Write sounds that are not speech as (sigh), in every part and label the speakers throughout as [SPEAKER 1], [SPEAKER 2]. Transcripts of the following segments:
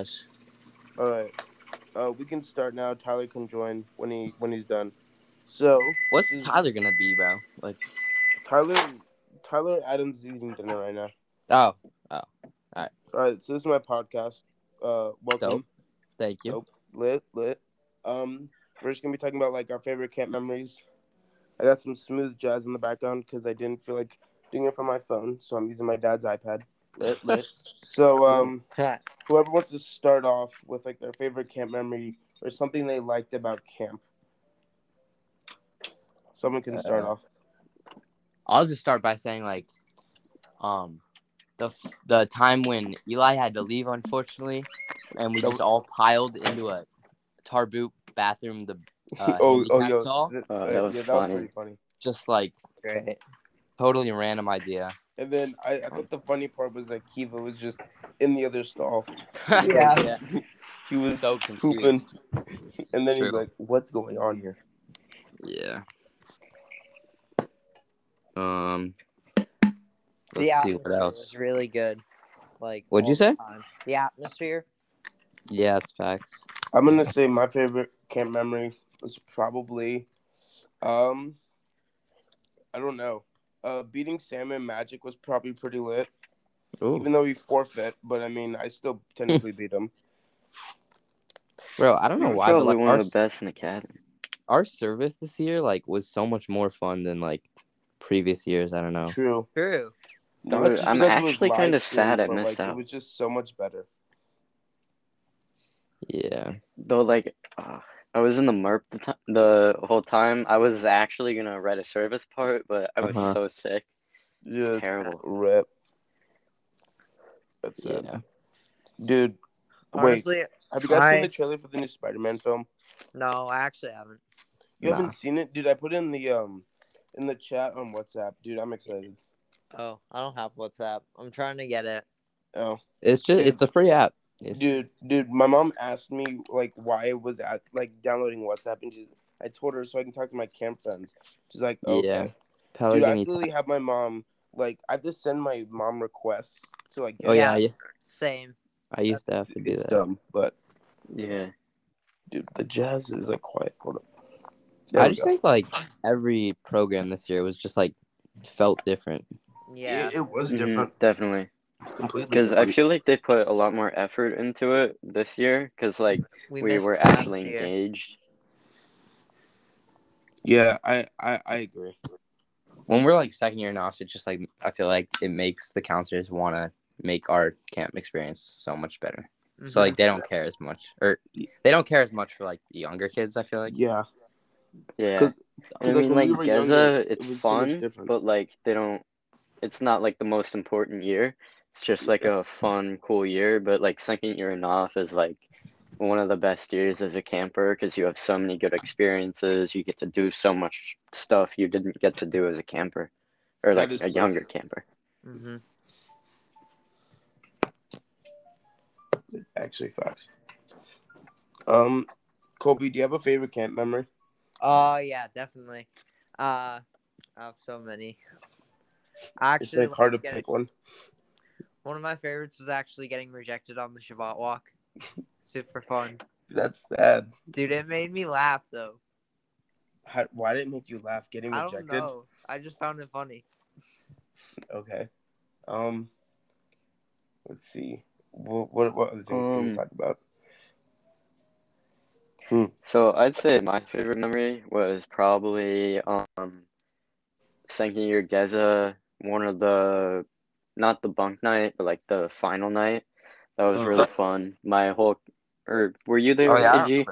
[SPEAKER 1] Us.
[SPEAKER 2] All right. Uh, we can start now. Tyler can join when he when he's done. So
[SPEAKER 1] What's
[SPEAKER 2] Mm.
[SPEAKER 1] Tyler gonna be, bro? Like,
[SPEAKER 2] Tyler Tyler Adams is eating dinner right now.
[SPEAKER 1] oh,
[SPEAKER 2] All right. So this is my podcast. Uh, welcome.
[SPEAKER 1] thank you.
[SPEAKER 2] Nope. Lit lit. Um, we're just gonna be talking about like our favorite camp memories. I got some smooth jazz in the background because I didn't feel like doing it from my phone, so I'm using my dad's iPad. Lit
[SPEAKER 1] (laughs)
[SPEAKER 2] lit. so um. whoever wants to start off with like their favorite camp memory or something they liked about camp. Someone can start
[SPEAKER 1] Uh,
[SPEAKER 2] off.
[SPEAKER 1] I'll just start by saying like, um, the f- the time when Eli had to leave, unfortunately, and we
[SPEAKER 2] That
[SPEAKER 1] just all piled into a tar boot bathroom, the uh,
[SPEAKER 2] (laughs) oh, oh,
[SPEAKER 1] handicap
[SPEAKER 2] yo,
[SPEAKER 1] stall,
[SPEAKER 2] th-
[SPEAKER 3] Oh,
[SPEAKER 2] uh,
[SPEAKER 3] that was
[SPEAKER 2] yeah,
[SPEAKER 3] funny.
[SPEAKER 2] pretty funny.
[SPEAKER 1] just like
[SPEAKER 2] Great.
[SPEAKER 1] totally random idea.
[SPEAKER 2] And then I, I thought the funny part was that Kiva was just in the other stall.
[SPEAKER 1] (laughs) yeah.
[SPEAKER 2] He was
[SPEAKER 1] so confused.
[SPEAKER 2] pooping, (laughs) and then he's
[SPEAKER 1] True.
[SPEAKER 2] like, "What's going on here?"
[SPEAKER 1] Yeah. Um. Let's
[SPEAKER 4] the
[SPEAKER 1] see
[SPEAKER 4] atmosphere
[SPEAKER 1] what else.
[SPEAKER 4] was really good. Like
[SPEAKER 1] What'd you
[SPEAKER 4] all the
[SPEAKER 1] say?
[SPEAKER 4] time. The atmosphere.
[SPEAKER 1] Yeah, it's facts.
[SPEAKER 2] I'm gonna say my favorite camp memory was probably, um, I don't know. Uh, beating Sam and Magic was probably pretty lit. even though he forfeit. But I mean, I still technically beat him.
[SPEAKER 1] Bro, I don't know why, but
[SPEAKER 3] Probably
[SPEAKER 1] like
[SPEAKER 3] one
[SPEAKER 1] our,
[SPEAKER 3] of the best in the academy.
[SPEAKER 1] our service this year like was so much more fun than like previous years. I don't know.
[SPEAKER 2] True.
[SPEAKER 4] True.
[SPEAKER 2] Not
[SPEAKER 3] Dude,
[SPEAKER 2] just
[SPEAKER 3] I'm
[SPEAKER 2] because it was
[SPEAKER 3] actually
[SPEAKER 2] live
[SPEAKER 3] kinda
[SPEAKER 2] stream,
[SPEAKER 3] sad I
[SPEAKER 2] but,
[SPEAKER 3] missed
[SPEAKER 2] like, It
[SPEAKER 3] out.
[SPEAKER 2] was just so much better.
[SPEAKER 1] Yeah.
[SPEAKER 3] Though, like, ah, I was in the merp the, ti the whole time. I was actually gonna write a service part, but I was
[SPEAKER 1] Uh-huh.
[SPEAKER 3] so sick. It's
[SPEAKER 2] Yeah.
[SPEAKER 3] terrible.
[SPEAKER 2] Rip. That's it,
[SPEAKER 1] Yeah.
[SPEAKER 2] dude.
[SPEAKER 4] Honestly,
[SPEAKER 2] Have you guys seen
[SPEAKER 4] I-
[SPEAKER 2] the trailer for the new Spider-Man film?
[SPEAKER 4] no, I actually haven't.
[SPEAKER 2] You
[SPEAKER 1] Nah.
[SPEAKER 2] haven't seen it, dude. I put in the um, in the chat on WhatsApp, dude. I'm excited.
[SPEAKER 4] Oh, I don't have WhatsApp. I'm trying to get it.
[SPEAKER 2] Oh,
[SPEAKER 1] It's just it's a free app. It's,
[SPEAKER 2] dude, dude. My mom asked me like why I was at like downloading WhatsApp, and she's. I told her so I can talk to my camp friends. She's like, okay.
[SPEAKER 1] Yeah.
[SPEAKER 2] Dude, I
[SPEAKER 1] Pellegrini.
[SPEAKER 2] literally have my mom like I have to send my mom requests to like.
[SPEAKER 1] oh yeah,
[SPEAKER 4] Yeah.
[SPEAKER 1] I-
[SPEAKER 4] Same.
[SPEAKER 1] I used to have to do
[SPEAKER 2] it's
[SPEAKER 1] that.
[SPEAKER 2] dumb, but
[SPEAKER 3] Yeah.
[SPEAKER 2] dude, the jazz is like quiet. Hold up. There
[SPEAKER 1] I
[SPEAKER 2] we
[SPEAKER 1] just
[SPEAKER 2] go.
[SPEAKER 1] think like every program this year was just like felt different.
[SPEAKER 4] Yeah.
[SPEAKER 2] it, it was
[SPEAKER 3] Mhm,
[SPEAKER 2] different
[SPEAKER 3] definitely.
[SPEAKER 2] completely.
[SPEAKER 3] Because I
[SPEAKER 2] different.
[SPEAKER 3] feel like they put a lot more effort into it this year. Because like we,
[SPEAKER 4] missed
[SPEAKER 3] were
[SPEAKER 4] last
[SPEAKER 3] actually
[SPEAKER 4] year.
[SPEAKER 3] engaged.
[SPEAKER 2] yeah, I, I I agrar
[SPEAKER 1] When we're like second year in office, it just like I feel like it makes the counselors want to make our camp experience so much better.
[SPEAKER 4] Mhm.
[SPEAKER 1] So like they don't care as much, or they don't care as much for like the younger kids. I feel like.
[SPEAKER 2] Yeah,
[SPEAKER 3] Yeah.
[SPEAKER 2] 'Cause-
[SPEAKER 3] I
[SPEAKER 2] like,
[SPEAKER 3] mean,
[SPEAKER 2] when
[SPEAKER 3] like
[SPEAKER 2] we were
[SPEAKER 3] Geza,
[SPEAKER 2] younger, it
[SPEAKER 3] it's
[SPEAKER 2] was so much
[SPEAKER 3] fun,
[SPEAKER 2] different.
[SPEAKER 3] but like they don't. It's not like the most important year. It's just like a fun, cool year. But like second year in off is like one of the best years as a camper because you have so many good experiences. You get to do so much stuff you didn't get to do as a camper, or
[SPEAKER 2] That
[SPEAKER 3] like
[SPEAKER 2] is
[SPEAKER 3] a
[SPEAKER 2] so
[SPEAKER 3] younger
[SPEAKER 2] true.
[SPEAKER 3] camper.
[SPEAKER 4] Mhm.
[SPEAKER 2] actually, facts. Um, Kobe, do you have a favorite camp memory?
[SPEAKER 4] Oh yeah, definitely. Uh, I have so many. I
[SPEAKER 2] It's
[SPEAKER 4] actually
[SPEAKER 2] like hard to
[SPEAKER 4] liked getting-
[SPEAKER 2] pick one.
[SPEAKER 4] One of my favorites was actually getting rejected on the Shabbat walk. Super fun,
[SPEAKER 2] That's sad.
[SPEAKER 4] dude. It made me laugh though.
[SPEAKER 2] How, why did it make you laugh? Getting
[SPEAKER 4] I
[SPEAKER 2] rejected.
[SPEAKER 4] don't know. I just found it funny.
[SPEAKER 2] Okay. Um. Let's see. What what, what other things can we
[SPEAKER 3] Um,
[SPEAKER 2] talk about?
[SPEAKER 3] So I'd say my favorite memory was probably um second year Geza, one of the not the bunk night, but like the final night. That was
[SPEAKER 2] Mhm.
[SPEAKER 3] really fun. My whole or were you there,
[SPEAKER 1] Oh yeah.
[SPEAKER 3] AG?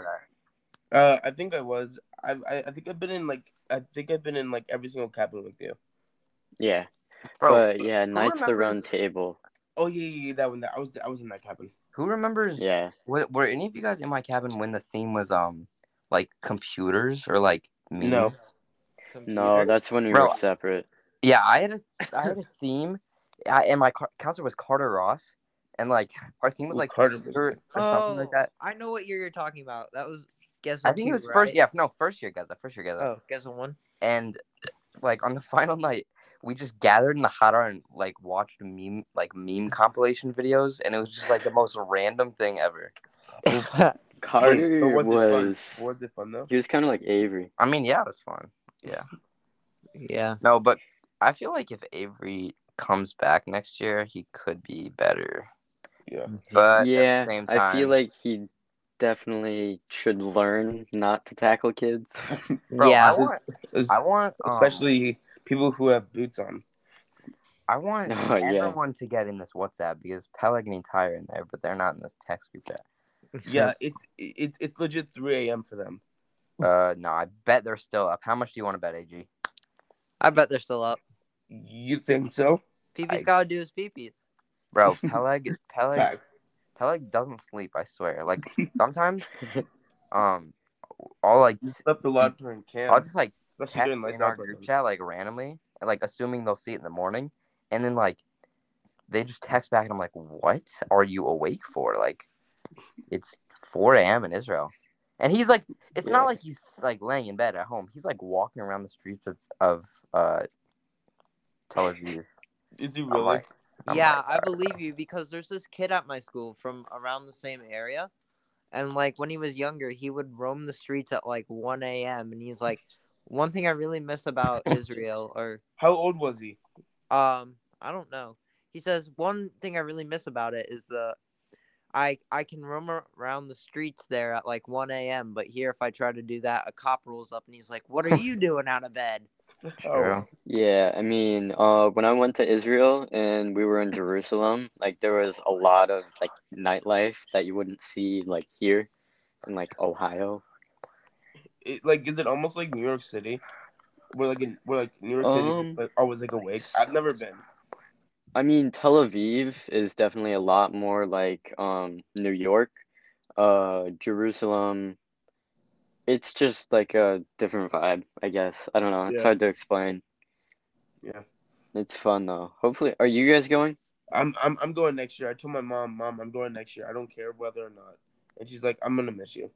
[SPEAKER 2] Uh, I think I was. I, I I think I've been in like I think I've been in like every single cabin with you.
[SPEAKER 3] Yeah.
[SPEAKER 1] Bro,
[SPEAKER 3] But yeah, Knights the Round Table.
[SPEAKER 2] Oh yeah, yeah, yeah that one. That I was I was in that cabin.
[SPEAKER 1] who remembers?
[SPEAKER 3] Yeah.
[SPEAKER 1] Were, were any of you guys in my cabin when the theme was um like computers or like memes?
[SPEAKER 2] No.
[SPEAKER 3] No, that's when we
[SPEAKER 1] Bro.
[SPEAKER 3] were separate.
[SPEAKER 1] Yeah, I had a (laughs) I
[SPEAKER 4] (laughs)
[SPEAKER 1] had a theme, I, and my car- counselor was Carter Ross, and like our theme was
[SPEAKER 2] Ooh,
[SPEAKER 1] like
[SPEAKER 2] Carter Oh. was-
[SPEAKER 1] computer or something like
[SPEAKER 4] Oh,
[SPEAKER 1] that.
[SPEAKER 4] I know what year you're talking about. That was guess.
[SPEAKER 1] I think it was (laughs) first. Yeah, no, first year guys. First year guys.
[SPEAKER 4] Oh, guess what one?
[SPEAKER 1] And like on the (laughs) final night, we just gathered in the hot hour and like watched meme like meme compilation videos, and it was just like the most random thing ever.
[SPEAKER 3] Carter
[SPEAKER 2] But
[SPEAKER 3] was,
[SPEAKER 2] it fun? Was it fun though?
[SPEAKER 3] he was kind of like Avery.
[SPEAKER 1] I mean, yeah, it was fun.
[SPEAKER 4] (laughs)
[SPEAKER 1] (laughs)
[SPEAKER 4] Yeah.
[SPEAKER 1] No, but I feel like if Avery comes back next year, he could be better.
[SPEAKER 2] Yeah.
[SPEAKER 1] But
[SPEAKER 3] yeah,
[SPEAKER 1] at the same time,
[SPEAKER 3] I feel like he definitely should learn not to
[SPEAKER 1] (laughs)
[SPEAKER 3] tackle kids. (laughs)
[SPEAKER 1] bro, I
[SPEAKER 4] yeah.
[SPEAKER 1] want,
[SPEAKER 2] Es-
[SPEAKER 1] I want, um,
[SPEAKER 2] Especially people who have boots
[SPEAKER 1] (laughs)
[SPEAKER 2] on.
[SPEAKER 1] I want
[SPEAKER 3] Oh, yeah.
[SPEAKER 1] everyone to get in this WhatsApp because Pelican and Ty are in there, but they're not in this text group chat.
[SPEAKER 2] Yeah, it's it's it's legit 3 a.m. for them.
[SPEAKER 1] Uh, no, I bet they're still up. How much do you want to bet, AG?
[SPEAKER 4] I bet they're still up.
[SPEAKER 2] You think so?
[SPEAKER 4] Peepee's
[SPEAKER 1] I-
[SPEAKER 4] gotta do his peepees.
[SPEAKER 3] (laughs)
[SPEAKER 1] Bro, Peleg, Peleg,
[SPEAKER 2] Facts. (laughs)
[SPEAKER 1] Peleg doesn't sleep. I swear. Like
[SPEAKER 3] (laughs)
[SPEAKER 1] sometimes, um, I'll like,
[SPEAKER 2] You slept a lot during camp.
[SPEAKER 1] I'll just like
[SPEAKER 2] especially
[SPEAKER 1] text
[SPEAKER 2] during
[SPEAKER 1] in
[SPEAKER 2] lights
[SPEAKER 1] our
[SPEAKER 2] out
[SPEAKER 1] group
[SPEAKER 2] lessons.
[SPEAKER 1] chat like randomly, like assuming they'll see it in the morning, and then like they just text back, and I'm like, "What are you awake for?" Like, it's 4 a.m. in Israel, and he's like, it's
[SPEAKER 2] Yeah.
[SPEAKER 1] not like he's like laying in bed at home. He's like walking around the streets of of uh, Tel Aviv.
[SPEAKER 2] Is he
[SPEAKER 1] I'm
[SPEAKER 2] really?
[SPEAKER 1] like- I'm
[SPEAKER 4] yeah,
[SPEAKER 1] like,
[SPEAKER 4] I
[SPEAKER 1] "Alright,
[SPEAKER 4] believe you because there's this kid at my school from around the same area. And like when he was younger, he would roam the streets at like 1 a.m. And he's like, one thing I really
[SPEAKER 1] (laughs)
[SPEAKER 4] miss about Israel, or
[SPEAKER 2] How old was he?
[SPEAKER 4] um, I don't know. He says, one thing I really miss about it is the I, I can roam ar- around the streets there at like 1 a.m. But here, if I try to do that, a cop rolls up and he's like, What are
[SPEAKER 2] (laughs)
[SPEAKER 4] you doing out of bed? Oh,
[SPEAKER 2] Oh.
[SPEAKER 1] true.
[SPEAKER 3] Yeah, I mean, uh, when I went to Israel and we were in Jerusalem, like there was a lot of like nightlife that you wouldn't see like here in like Ohio.
[SPEAKER 2] It, like, is it almost like New York City? We're like, in, we're like New York City.
[SPEAKER 3] Um,
[SPEAKER 2] like, always like awake. I've never been.
[SPEAKER 3] I mean, Tel Aviv is definitely a lot more like um New York. Uh, Jerusalem, it's just like a different vibe, I guess. I don't know.
[SPEAKER 2] Yeah.
[SPEAKER 3] It's hard to explain.
[SPEAKER 2] Yeah.
[SPEAKER 3] It's fun though. Hopefully, are you guys going?
[SPEAKER 2] I'm, I'm, I'm going next year. I told my mom, mom, I'm going next year. I don't care whether or not. And she's like, I'm gonna miss you.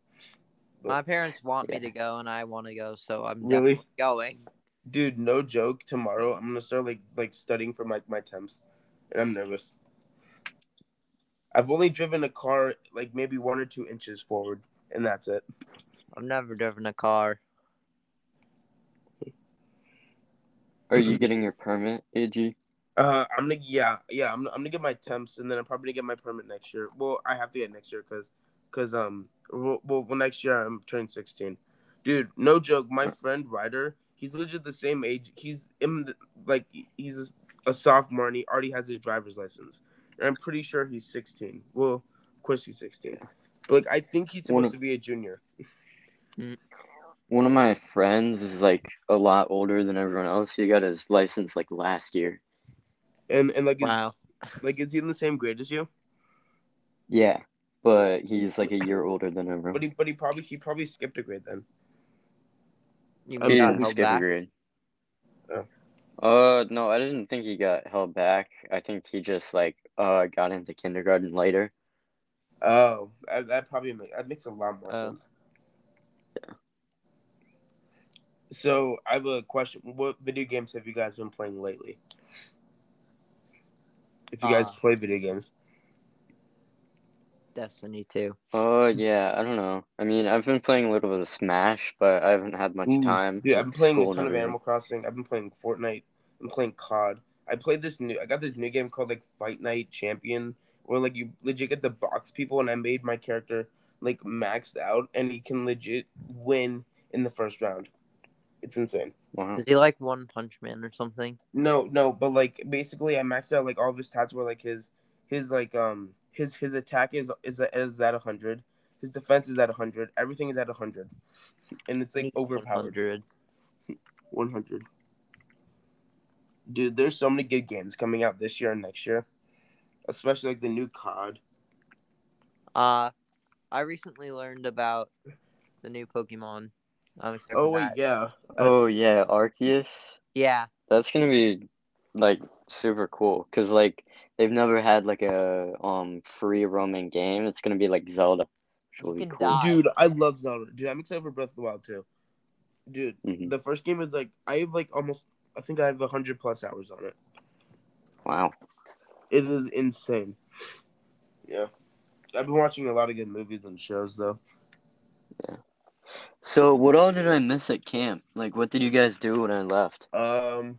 [SPEAKER 4] My parents want
[SPEAKER 3] Yeah.
[SPEAKER 4] me to go and I want to go. So I'm
[SPEAKER 2] Really?
[SPEAKER 4] definitely going.
[SPEAKER 2] Dude, no joke. Tomorrow, I'm gonna start like like studying for my my temps, and I'm nervous. I've only driven a car like maybe one or two inches forward, and that's it.
[SPEAKER 4] I've never driven a car.
[SPEAKER 3] Are
[SPEAKER 2] Mm-hmm.
[SPEAKER 3] you getting your permit, AG?
[SPEAKER 2] Uh, I'm gonna yeah yeah I'm, I'm gonna get my temps and then I'm probably gonna get my permit next year. Well, I have to get it next year because because um well, well well, next year I'm turning 16. Dude, no joke. My friend Ryder, he's legit the same age. He's in the, like he's a sophomore and he already has his driver's license. And I'm pretty sure he's 16. Well, of course he's 16. But like I think he's
[SPEAKER 3] One
[SPEAKER 2] supposed to
[SPEAKER 3] of-
[SPEAKER 2] be a junior.
[SPEAKER 3] One of my friends is like a lot older than everyone else. He got his license like last year.
[SPEAKER 2] And and like
[SPEAKER 4] Wow.
[SPEAKER 2] is, like is he in the same grade as you?
[SPEAKER 3] Yeah, but he's like a year older than everyone.
[SPEAKER 2] But he but he probably he probably skipped a grade then.
[SPEAKER 4] You
[SPEAKER 2] I
[SPEAKER 3] He
[SPEAKER 4] mean, got
[SPEAKER 3] didn't
[SPEAKER 4] held
[SPEAKER 3] skip a
[SPEAKER 4] back?
[SPEAKER 3] grade.
[SPEAKER 2] Oh.
[SPEAKER 3] Uh, no, I didn't think he got held back. I think he just like uh got into kindergarten later.
[SPEAKER 2] Oh, that, that probably makes that makes a lot more
[SPEAKER 4] Oh.
[SPEAKER 2] sense. So I have a question: What video games have you guys been playing lately? If you guys
[SPEAKER 3] Ah.
[SPEAKER 4] Uh.
[SPEAKER 2] play video games,
[SPEAKER 4] Destiny 2.
[SPEAKER 3] Oh yeah, I don't know. I mean, I've been playing a little bit of Smash, but I haven't had much
[SPEAKER 2] Ooh,
[SPEAKER 3] time.
[SPEAKER 2] dude, I've been playing
[SPEAKER 3] School
[SPEAKER 2] a
[SPEAKER 3] and
[SPEAKER 2] ton of
[SPEAKER 3] everything.
[SPEAKER 2] Animal Crossing. I've been playing Fortnite. I'm playing COD. I played this new. I got this new game called like Fight Night Champion, where like you legit get the box people, and I made my character like maxed out, and he can legit win in the first round. It's insane.
[SPEAKER 3] Wow.
[SPEAKER 4] Is he like One Punch Man or something?
[SPEAKER 2] No, no, but like basically, I maxed out like all of his stats were like his his like um his his attack is is is at hundred, his defense is at hundred, everything is at hundred, and it's like overpowered
[SPEAKER 4] 100.
[SPEAKER 2] one hundred. Dude, there's so many good games coming out this year and next year, especially like the new COD.
[SPEAKER 4] Uh, I recently learned about the new Pokemon. I'm excited.
[SPEAKER 2] Oh
[SPEAKER 4] Oh,
[SPEAKER 2] wait, yeah,
[SPEAKER 3] Oh yeah, Arceus.
[SPEAKER 4] yeah.
[SPEAKER 3] That's gonna be like super cool because like they've never had like a um free roaming game. It's gonna be like Zelda, which
[SPEAKER 4] You
[SPEAKER 3] will be
[SPEAKER 4] can
[SPEAKER 3] cool.
[SPEAKER 4] die.
[SPEAKER 2] dude, I love Zelda. Dude, I'm excited for Breath of the Wild too. Dude,
[SPEAKER 3] Mhm.
[SPEAKER 2] the first game is like I have like almost I think I have 100 plus hours on it.
[SPEAKER 3] Wow.
[SPEAKER 2] It is insane. Yeah. I've been watching a lot of good movies and shows, though.
[SPEAKER 3] So what all did I miss at camp? Like, what did you guys do when I left?
[SPEAKER 2] Um,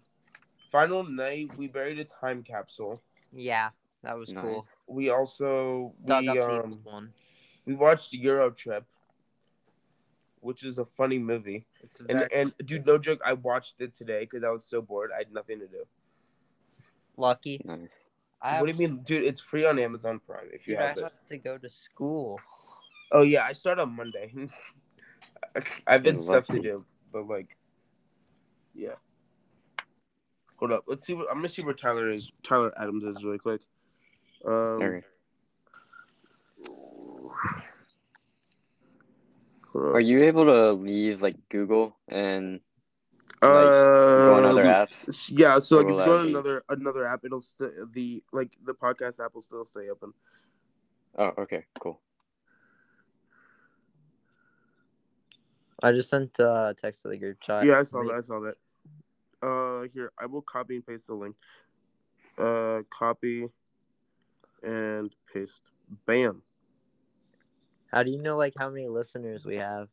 [SPEAKER 2] final night, we buried a time capsule.
[SPEAKER 4] Yeah, that was
[SPEAKER 3] Nice.
[SPEAKER 4] cool.
[SPEAKER 2] We also
[SPEAKER 4] Dug
[SPEAKER 2] we
[SPEAKER 4] up
[SPEAKER 2] um
[SPEAKER 4] people's one.
[SPEAKER 2] we watched Euro Trip, which is a funny movie.
[SPEAKER 4] It's
[SPEAKER 2] And
[SPEAKER 4] very
[SPEAKER 2] and dude, no joke, I watched it today because I was so bored. I had nothing to do.
[SPEAKER 4] lucky.
[SPEAKER 3] Nice.
[SPEAKER 4] I have,
[SPEAKER 2] What do you mean, dude? It's free on Amazon Prime if you
[SPEAKER 4] dude,
[SPEAKER 2] have
[SPEAKER 4] I
[SPEAKER 2] it.
[SPEAKER 4] have to go to school.
[SPEAKER 2] Oh yeah, I start on Monday. (laughs) I've been
[SPEAKER 3] Good
[SPEAKER 2] stuff to
[SPEAKER 3] luck.
[SPEAKER 2] do, but like, yeah. Hold up, let's see. What, I'm gonna see where Tyler is. Tyler Adams is really quick. Um,
[SPEAKER 3] All right.
[SPEAKER 2] hold up.
[SPEAKER 3] Are you able to leave like Google and go on
[SPEAKER 2] Uh,
[SPEAKER 3] other apps?
[SPEAKER 2] s- yeah. So like, if
[SPEAKER 3] Google
[SPEAKER 2] you go on
[SPEAKER 3] ID.
[SPEAKER 2] another another app, it'll st- the like the podcast app will still stay open.
[SPEAKER 3] Oh, okay, cool.
[SPEAKER 4] I just sent uh, a text to the group chat.
[SPEAKER 2] Yeah, I saw that. I saw that. Uh, here I will copy and paste the link. Uh, copy and paste. Bam.
[SPEAKER 4] How do you know like how many listeners we have?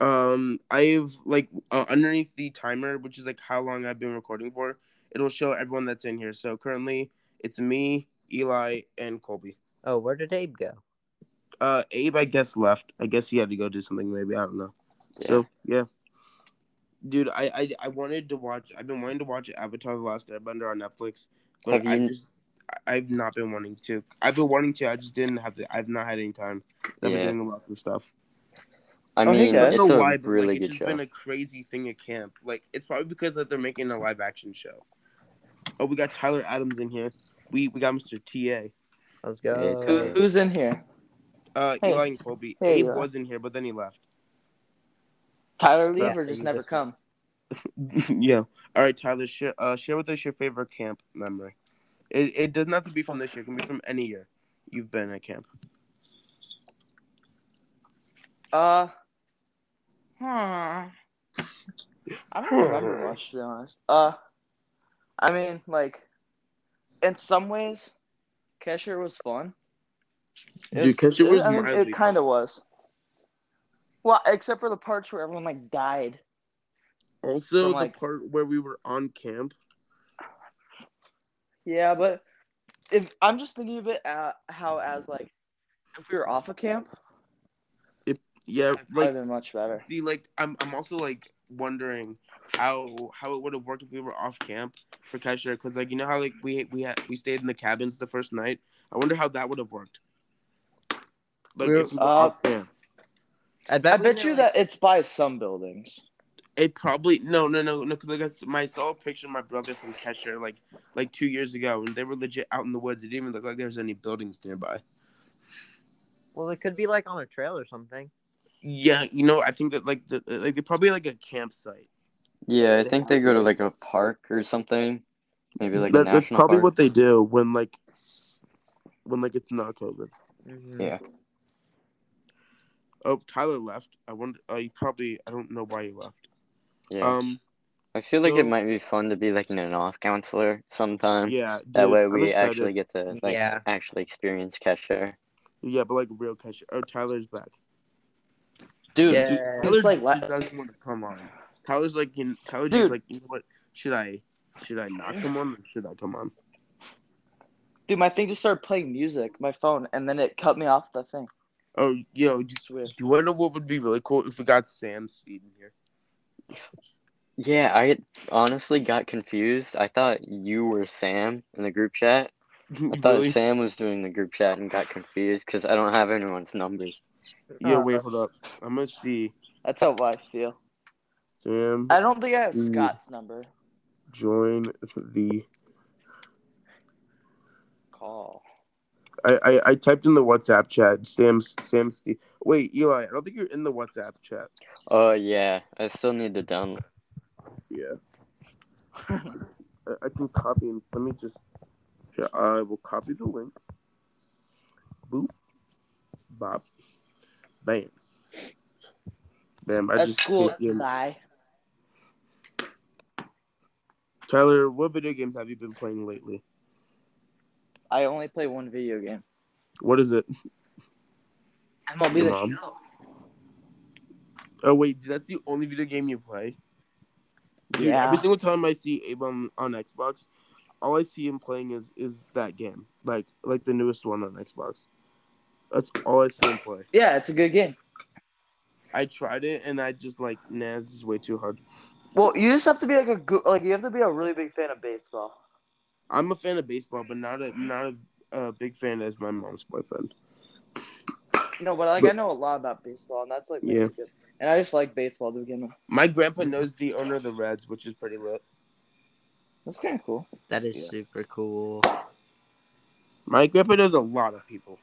[SPEAKER 2] Um, I've like uh, underneath the timer, which is like how long I've been recording for. It'll show everyone that's in here. So currently, it's me, Eli, and Colby.
[SPEAKER 4] Oh, where did Abe go?
[SPEAKER 2] Uh, Abe, I guess left. I guess he had to go do something. Maybe I don't know.
[SPEAKER 3] Yeah.
[SPEAKER 2] So yeah, dude, I, I I wanted to watch. I've been wanting to watch Avatar: The Last Airbender on Netflix, but
[SPEAKER 3] Have
[SPEAKER 2] I
[SPEAKER 3] you-
[SPEAKER 2] just I- I've not been wanting to. I've been wanting to. I just didn't have the. I've not had any time. I've
[SPEAKER 3] Yeah.
[SPEAKER 2] been doing lots of stuff.
[SPEAKER 3] I
[SPEAKER 2] Oh, hey,
[SPEAKER 3] mean,
[SPEAKER 2] guys.
[SPEAKER 3] it's a
[SPEAKER 2] but,
[SPEAKER 3] really
[SPEAKER 2] like, it's
[SPEAKER 3] good
[SPEAKER 2] just
[SPEAKER 3] show.
[SPEAKER 2] been a crazy thing at camp. Like it's probably because that they're making a live action show. Oh, we got Tyler Adams in here. We we got Mr. TA.
[SPEAKER 4] Let's
[SPEAKER 3] Yeah,
[SPEAKER 4] go.
[SPEAKER 3] it's
[SPEAKER 5] Who,
[SPEAKER 3] alright.
[SPEAKER 5] who's in here?
[SPEAKER 2] Uh,
[SPEAKER 5] Hey.
[SPEAKER 2] Eli and Colby.
[SPEAKER 5] Hey,
[SPEAKER 2] Abe
[SPEAKER 5] Eli.
[SPEAKER 2] was in here, but then he left.
[SPEAKER 5] Tyler
[SPEAKER 2] Yeah,
[SPEAKER 5] Lever just
[SPEAKER 2] and
[SPEAKER 5] never
[SPEAKER 2] this
[SPEAKER 5] come.
[SPEAKER 2] (laughs) yeah. All right, Tyler. Share uh share with us your favorite camp memory. It it doesn't have to be from this year. It can be from any year you've been at camp.
[SPEAKER 5] Uh, hmm. I don't remember much to be honest. Uh, I mean, like, in some ways, Kesher was fun. It
[SPEAKER 2] Dude, Kesher was
[SPEAKER 5] I mean,
[SPEAKER 2] mildly
[SPEAKER 5] it kind of was. Well, except for the parts where everyone like died.
[SPEAKER 2] Also,
[SPEAKER 5] From,
[SPEAKER 2] the
[SPEAKER 5] like-
[SPEAKER 2] part where we were on camp.
[SPEAKER 5] Yeah, but if I'm just thinking of it uh, how as like if we were off of camp,
[SPEAKER 2] Yeah,
[SPEAKER 5] it'd probably
[SPEAKER 2] like
[SPEAKER 5] been much better.
[SPEAKER 2] See, like I'm, I'm also like wondering how how it would have worked if we were off camp for Kesher, because like you know how like we we had we stayed in the cabins the first night. I wonder how that would have worked. Like
[SPEAKER 4] We're-
[SPEAKER 2] if we were
[SPEAKER 5] Uh,
[SPEAKER 2] off camp,
[SPEAKER 4] I bet,
[SPEAKER 5] I
[SPEAKER 4] we
[SPEAKER 5] bet
[SPEAKER 4] didn't,
[SPEAKER 5] you
[SPEAKER 4] like-
[SPEAKER 5] that it's by some buildings.
[SPEAKER 2] it probably no no no no. 'cause, Like I, s- my- I saw a picture of my brother from Kesher like like two years ago, and they were legit out in the woods. It didn't even look like there was any buildings nearby.
[SPEAKER 4] Well, it could be like on a trail or something.
[SPEAKER 2] Yeah, you know I think that like the uh, like they probably like a campsite.
[SPEAKER 3] Yeah, I
[SPEAKER 2] They
[SPEAKER 3] think
[SPEAKER 2] have
[SPEAKER 3] they
[SPEAKER 2] to
[SPEAKER 3] go to
[SPEAKER 2] be.
[SPEAKER 3] like a park or something. Maybe like a
[SPEAKER 2] That-
[SPEAKER 3] national
[SPEAKER 2] that's probably
[SPEAKER 3] park.
[SPEAKER 2] what they do when like when like it's not COVID.
[SPEAKER 4] Mhm.
[SPEAKER 3] Yeah.
[SPEAKER 2] Oh, Tyler left. I wonder. Uh, you probably. I don't know why you left.
[SPEAKER 3] Yeah.
[SPEAKER 2] Um.
[SPEAKER 3] I feel like
[SPEAKER 2] so-
[SPEAKER 3] it might be fun to be like an off counselor sometime.
[SPEAKER 2] Yeah. Dude,
[SPEAKER 3] That way
[SPEAKER 2] I'm
[SPEAKER 3] we
[SPEAKER 2] excited.
[SPEAKER 3] actually get to like
[SPEAKER 4] Yeah.
[SPEAKER 3] actually experience Kesher.
[SPEAKER 2] Yeah, but like real catch. Oh, Tyler's back.
[SPEAKER 5] Dude,
[SPEAKER 4] Yeah.
[SPEAKER 2] Tyler
[SPEAKER 5] like la-
[SPEAKER 2] just doesn't want to come on. Tyler's like, you know, Tyler
[SPEAKER 5] Dude.
[SPEAKER 2] just like, you know what? Should I? Should I not come on? Or should I come on?
[SPEAKER 5] dude, my thing just started playing music, my phone, and then it cut me off the thing.
[SPEAKER 2] Oh, yo, do
[SPEAKER 5] It's weird.
[SPEAKER 2] you want to know what would be really cool if we got Sam Seed in here?
[SPEAKER 3] Yeah, I honestly got confused. I thought you were Sam in the group chat.
[SPEAKER 2] (laughs)
[SPEAKER 3] I thought
[SPEAKER 2] really?
[SPEAKER 3] Sam was doing the group chat and got confused because I don't have anyone's numbers.
[SPEAKER 2] Yeah.
[SPEAKER 5] Uh,
[SPEAKER 2] Wait, hold up. I'm gonna see
[SPEAKER 5] That's how I feel.
[SPEAKER 2] Sam
[SPEAKER 5] I don't think I have
[SPEAKER 2] Mm.
[SPEAKER 5] Scott's number.
[SPEAKER 2] join the.
[SPEAKER 5] Call.
[SPEAKER 2] I, I I typed in the WhatsApp chat. Sam Sam Seed. Wait, Eli. I don't think you're in the WhatsApp chat.
[SPEAKER 3] Oh yeah, I still need to download.
[SPEAKER 2] Yeah. (laughs) I, I can copy and let me just. Yeah, I will copy the link. Boop. Bop. Bam. Bam. I
[SPEAKER 5] That's
[SPEAKER 2] just
[SPEAKER 5] cool.
[SPEAKER 2] pasted in-
[SPEAKER 5] Bye.
[SPEAKER 2] Tyler, what video games have you been playing lately?
[SPEAKER 5] I only play one video game.
[SPEAKER 2] What is it?
[SPEAKER 5] MLB
[SPEAKER 2] Your
[SPEAKER 5] the
[SPEAKER 2] mom?
[SPEAKER 5] Show.
[SPEAKER 2] Oh wait, that's the only video game you play. Dude,
[SPEAKER 5] Yeah.
[SPEAKER 2] every single time I see Abum on Xbox, all I see him playing is is that game, like like the newest one on Xbox. That's all I see him play.
[SPEAKER 5] Yeah, it's a good game.
[SPEAKER 2] I tried it and I just like, nah, this is way too hard.
[SPEAKER 5] Well, you just have to be like a good, like you have to be a really big fan of baseball.
[SPEAKER 2] I'm a fan of baseball, but not a not a, a big fan as my mom's boyfriend.
[SPEAKER 5] No, but like I
[SPEAKER 2] But-
[SPEAKER 5] know a lot about baseball, and that's like
[SPEAKER 2] Yeah.
[SPEAKER 5] makes it good. And I just like baseball to begin with.
[SPEAKER 2] My grandpa knows the owner of the Reds, which is pretty lit.
[SPEAKER 5] That's kind of cool.
[SPEAKER 4] That is
[SPEAKER 2] Yeah.
[SPEAKER 4] super cool.
[SPEAKER 2] My grandpa knows a lot of people.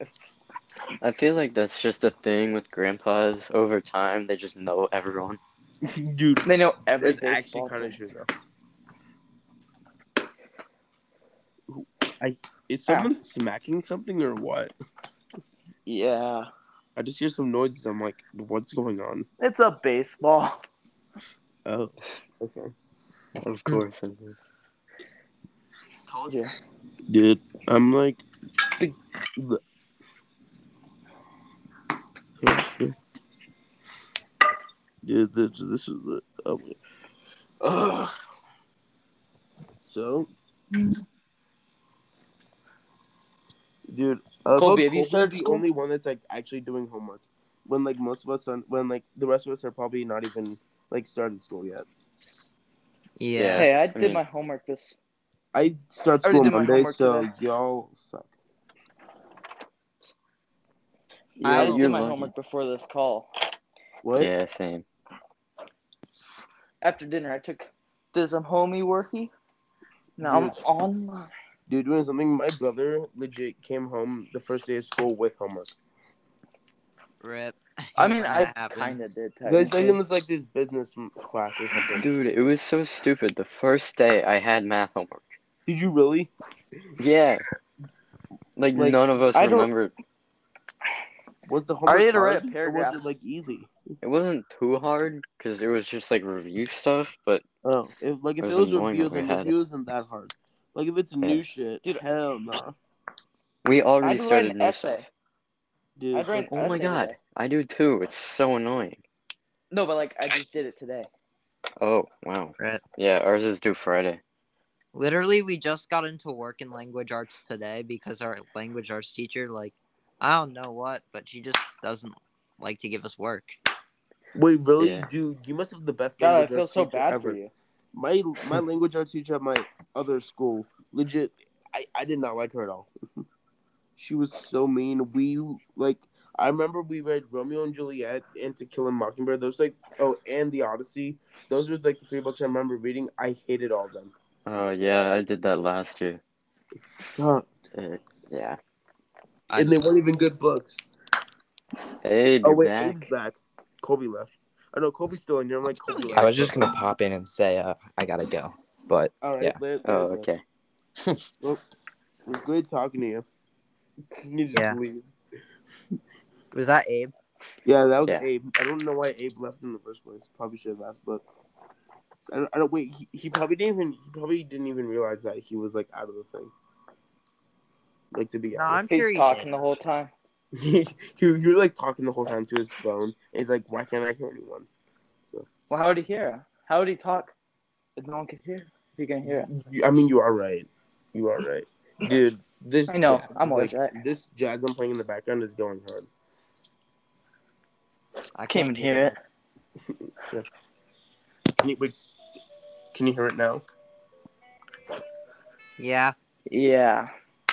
[SPEAKER 2] (laughs)
[SPEAKER 3] I feel like that's just the thing with grandpas. Over time, they just know everyone.
[SPEAKER 2] Dude,
[SPEAKER 5] They know every
[SPEAKER 2] that's actually
[SPEAKER 5] baseball
[SPEAKER 2] kind of
[SPEAKER 5] thing.
[SPEAKER 2] true though. I is someone smacking something or what?
[SPEAKER 5] Yeah,
[SPEAKER 2] I just hear some noises. I'm like, what's going on?
[SPEAKER 5] it's a baseball.
[SPEAKER 2] Oh, okay. Of course,
[SPEAKER 5] Told you.
[SPEAKER 2] dude. I'm like,
[SPEAKER 5] Big-
[SPEAKER 2] the- dude. This, this is the. Oh, wait. Ugh. So, dude, uh,
[SPEAKER 5] Colby,
[SPEAKER 2] Colby,
[SPEAKER 5] have you started
[SPEAKER 2] the
[SPEAKER 5] school?
[SPEAKER 2] only one that's like actually doing homework. When like most of us, are, when like the rest of us are probably not even like started school yet.
[SPEAKER 4] Yeah.
[SPEAKER 5] Hey, I,
[SPEAKER 3] I
[SPEAKER 5] did
[SPEAKER 3] mean-
[SPEAKER 5] my homework this.
[SPEAKER 2] I start
[SPEAKER 5] I
[SPEAKER 2] school
[SPEAKER 5] already did my
[SPEAKER 2] Monday,
[SPEAKER 5] homework
[SPEAKER 2] so
[SPEAKER 5] today.
[SPEAKER 2] y'all suck.
[SPEAKER 5] I
[SPEAKER 4] I
[SPEAKER 5] just
[SPEAKER 4] don't-
[SPEAKER 5] did my homework before this call.
[SPEAKER 2] What?
[SPEAKER 3] Yeah, same.
[SPEAKER 5] After dinner, I took did some homie worky. Now I'm
[SPEAKER 2] Dude.
[SPEAKER 5] online.
[SPEAKER 2] Dude, doing something. My brother legit came home the first day of school with homework.
[SPEAKER 4] Rip.
[SPEAKER 5] I mean,
[SPEAKER 4] (laughs)
[SPEAKER 5] I
[SPEAKER 4] That happens.
[SPEAKER 5] kind of did.
[SPEAKER 2] They sent
[SPEAKER 5] technically.
[SPEAKER 2] him this like this business m- class or something.
[SPEAKER 3] Dude, it was so stupid. The first day I had math homework.
[SPEAKER 2] Did you really?
[SPEAKER 3] Yeah. Like,
[SPEAKER 2] Like,
[SPEAKER 3] none of us
[SPEAKER 5] I don't-
[SPEAKER 3] remembered.
[SPEAKER 2] Was the homework?
[SPEAKER 5] I had to write a
[SPEAKER 2] hard, or
[SPEAKER 5] paragraph.
[SPEAKER 2] Was it like easy?
[SPEAKER 3] It wasn't too hard because it was just like review stuw,f but
[SPEAKER 2] Oh, if, like if
[SPEAKER 3] It
[SPEAKER 2] it
[SPEAKER 3] was
[SPEAKER 2] was
[SPEAKER 3] annoying
[SPEAKER 2] review,
[SPEAKER 3] that we
[SPEAKER 2] then
[SPEAKER 3] had
[SPEAKER 2] review isn't that hard. Like if it's new shit,
[SPEAKER 5] Dude,
[SPEAKER 2] hell no,
[SPEAKER 3] we
[SPEAKER 5] I
[SPEAKER 3] already
[SPEAKER 5] had to write
[SPEAKER 3] started
[SPEAKER 5] an
[SPEAKER 3] new
[SPEAKER 5] essay.
[SPEAKER 3] stuff.
[SPEAKER 2] dude.
[SPEAKER 5] I'd
[SPEAKER 2] like,
[SPEAKER 5] write-
[SPEAKER 3] Oh my
[SPEAKER 5] Essay
[SPEAKER 3] god,
[SPEAKER 5] today.
[SPEAKER 3] I do too. It's so annoying.
[SPEAKER 5] No, but like I just did it today.
[SPEAKER 3] Oh, wow.
[SPEAKER 4] Right.
[SPEAKER 3] Yeah, ours is due Friday.
[SPEAKER 4] Literally, we just got into work in language arts today because our language arts teacher, like, I don't know what, but she just doesn't like to give us work.
[SPEAKER 2] wait, really,
[SPEAKER 3] Yeah.
[SPEAKER 2] dude? You must have the best.
[SPEAKER 5] God, I
[SPEAKER 2] language
[SPEAKER 5] feel
[SPEAKER 2] arts
[SPEAKER 5] so
[SPEAKER 2] teacher
[SPEAKER 5] bad
[SPEAKER 2] ever.
[SPEAKER 5] for you.
[SPEAKER 2] My my language arts teacher at my other school, legit, I, I did not like her at all. (laughs) she was so mean. We like I remember we read Romeo and Juliet and To Kill a Mockingbird. Those like oh and The Odyssey. Those were like the three books I remember reading. I hated all of them.
[SPEAKER 3] Oh, yeah, I did that last year.
[SPEAKER 2] It sucked.
[SPEAKER 3] Uh, yeah.
[SPEAKER 4] I-
[SPEAKER 2] and they weren't even good books.
[SPEAKER 3] Hey,
[SPEAKER 2] Oh
[SPEAKER 3] you're
[SPEAKER 2] wait,
[SPEAKER 3] back.
[SPEAKER 2] Abe's back. Kobe left. I know Kobe's still in here. I'm like Kobe.
[SPEAKER 4] still
[SPEAKER 2] Left.
[SPEAKER 4] here.
[SPEAKER 1] I was just gonna pop in and say uh, I gotta go, but
[SPEAKER 2] All right.
[SPEAKER 1] yeah.
[SPEAKER 2] Let,
[SPEAKER 3] Oh,
[SPEAKER 2] let-
[SPEAKER 3] okay. (laughs)
[SPEAKER 2] It was great talking to you. you just
[SPEAKER 4] Yeah.
[SPEAKER 2] leaves.
[SPEAKER 4] was that Abe?
[SPEAKER 2] Yeah, that was
[SPEAKER 3] Yeah.
[SPEAKER 2] Abe. I don't know why Abe left in the first place. Probably should have asked, but I don't. I don't wait, he, he probably didn't even. He probably didn't even realize that he was like out of the thing. Like to be
[SPEAKER 4] No, I'm
[SPEAKER 2] honest,
[SPEAKER 5] He's
[SPEAKER 4] sure he
[SPEAKER 5] talking
[SPEAKER 4] did.
[SPEAKER 5] the whole time.
[SPEAKER 2] (laughs) he, you were like talking the whole time to his phone. And he's like, "Why can't I hear anyone?"
[SPEAKER 5] Well, how would he hear? How would he talk if no one could hear? If he can hear.
[SPEAKER 2] You- I mean, you are right. You are right, dude. This
[SPEAKER 5] I know,
[SPEAKER 2] jazz
[SPEAKER 5] I'm
[SPEAKER 2] is,
[SPEAKER 5] always
[SPEAKER 2] like-
[SPEAKER 5] right.
[SPEAKER 2] This jazz I'm playing in the background is going hard.
[SPEAKER 4] I
[SPEAKER 5] can't even hear it.
[SPEAKER 2] Can you wait? Can you hear it now?
[SPEAKER 4] Yeah.
[SPEAKER 5] Yeah.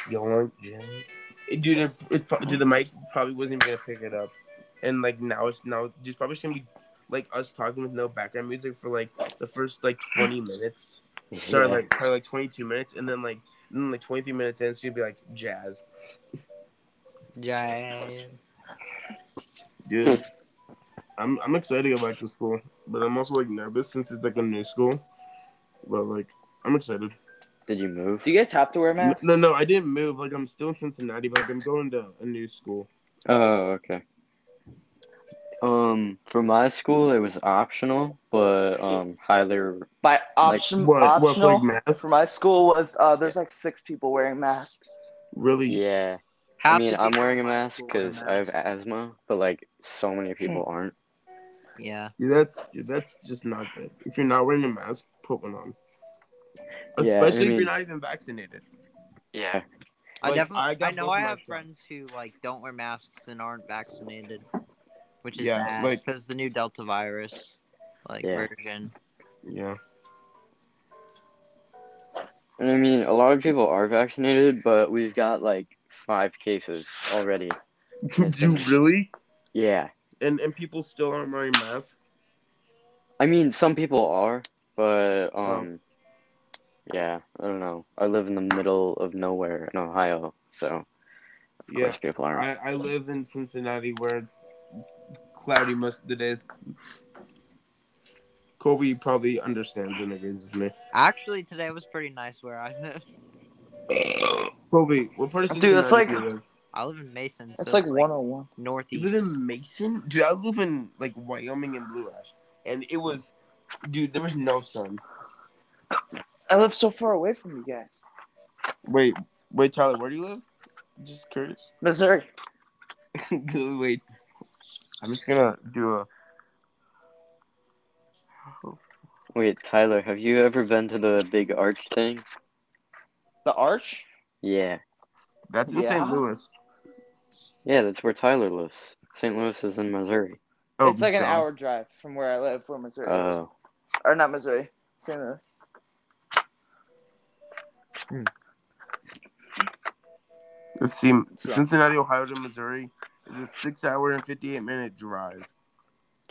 [SPEAKER 2] You don't like jazz? Dude, it, it, pro- dude, the mic probably wasn't even gonna pick it up, and like now it's now just probably gonna be like us talking with no background music for like the first like twenty minutes. Sorry,
[SPEAKER 3] Yeah.
[SPEAKER 2] like probably like twenty two minutes, and then like and then like twenty three minutes in, she'd be like jazz,
[SPEAKER 4] Giants.
[SPEAKER 2] dude. I'm I'm excited to go back to school, but I'm also like nervous since it's like a new school. But like I'm excited.
[SPEAKER 3] Did you move?
[SPEAKER 5] Do you guys have to wear
[SPEAKER 2] No,
[SPEAKER 5] masks?
[SPEAKER 2] no, no, I didn't move. Like I'm still in Cincinnati, but like, I'm going to a new school.
[SPEAKER 3] Oh, okay. Oh, Um, for my school, it was optional, but um, highly. re-
[SPEAKER 5] My option Mm, optional
[SPEAKER 2] masks?
[SPEAKER 5] for my school was uh, there's like six people wearing masks.
[SPEAKER 2] really?
[SPEAKER 3] Yeah,
[SPEAKER 4] Half
[SPEAKER 3] I mean,
[SPEAKER 4] the
[SPEAKER 3] I'm
[SPEAKER 4] people
[SPEAKER 3] wearing a
[SPEAKER 4] in my
[SPEAKER 3] mask
[SPEAKER 4] school wear
[SPEAKER 3] because I have
[SPEAKER 4] masks.
[SPEAKER 3] asthma, but like so many people aren't.
[SPEAKER 4] Yeah.
[SPEAKER 2] Dude, that's dude, that's just not good. If you're not wearing a mask, put one on.
[SPEAKER 3] Yeah, I
[SPEAKER 2] Especially if
[SPEAKER 3] mean-
[SPEAKER 2] you're not even vaccinated.
[SPEAKER 3] Yeah,
[SPEAKER 4] I
[SPEAKER 2] Like,
[SPEAKER 4] definitely.
[SPEAKER 2] I
[SPEAKER 4] I,
[SPEAKER 2] got
[SPEAKER 4] know
[SPEAKER 2] both
[SPEAKER 4] I
[SPEAKER 2] my
[SPEAKER 4] have
[SPEAKER 2] shots.
[SPEAKER 4] friends who like don't wear masks and aren't vaccinated, which is
[SPEAKER 2] Yeah,
[SPEAKER 4] bad
[SPEAKER 2] like-
[SPEAKER 4] because the new Delta virus like
[SPEAKER 3] Yeah.
[SPEAKER 4] version.
[SPEAKER 2] Yeah.
[SPEAKER 3] and I mean, a lot of people are vaccinated, but we've got like five cases already.
[SPEAKER 2] (laughs) Do
[SPEAKER 3] It's
[SPEAKER 2] you
[SPEAKER 3] been-
[SPEAKER 2] really?
[SPEAKER 3] Yeah,
[SPEAKER 2] And and people still aren't wearing masks.
[SPEAKER 3] I mean, some people are, but
[SPEAKER 2] Oh.
[SPEAKER 3] um, yeah, I don't know. I live in the middle of nowhere in Ohio, so of
[SPEAKER 2] Yeah.
[SPEAKER 3] course people aren't.
[SPEAKER 2] I, I live in Cincinnati where it's cloudy most of the days. Kobe probably understands and agrees with me.
[SPEAKER 4] Actually, today was pretty nice where I live.
[SPEAKER 2] Kobe, what part of
[SPEAKER 5] Dude,
[SPEAKER 2] Cincinnati
[SPEAKER 5] that's
[SPEAKER 2] do
[SPEAKER 5] like-
[SPEAKER 2] you live?
[SPEAKER 4] I live in Mason. So
[SPEAKER 5] It's like 101.
[SPEAKER 2] You
[SPEAKER 4] northeast.
[SPEAKER 2] live in Mason? Dude, I live in like Wyoming and Blue Ash. And it was dude, there was no sun.
[SPEAKER 5] I live so far away from you guys.
[SPEAKER 2] Wait, wait, Tyler, where do you live? Just curious.
[SPEAKER 5] Missouri.
[SPEAKER 2] wait. I'm just gonna do a
[SPEAKER 3] Wait, Tyler, have you ever been to the big arch thing?
[SPEAKER 5] The Arch?
[SPEAKER 3] Yeah.
[SPEAKER 2] that's in
[SPEAKER 5] Yeah.
[SPEAKER 2] St. Louis.
[SPEAKER 3] Yeah, that's where Tyler lives. St. Louis is in Missouri.
[SPEAKER 2] Oh, Uh.
[SPEAKER 5] it's like an
[SPEAKER 2] God.
[SPEAKER 5] hour drive from where I live, where Missouri. is.
[SPEAKER 3] Oh.
[SPEAKER 5] Or not Missouri. St. Louis.
[SPEAKER 2] Let's see.
[SPEAKER 5] It's not-
[SPEAKER 2] Cincinnati, Ohio to Missouri is a six hour and fifty eight minute drive.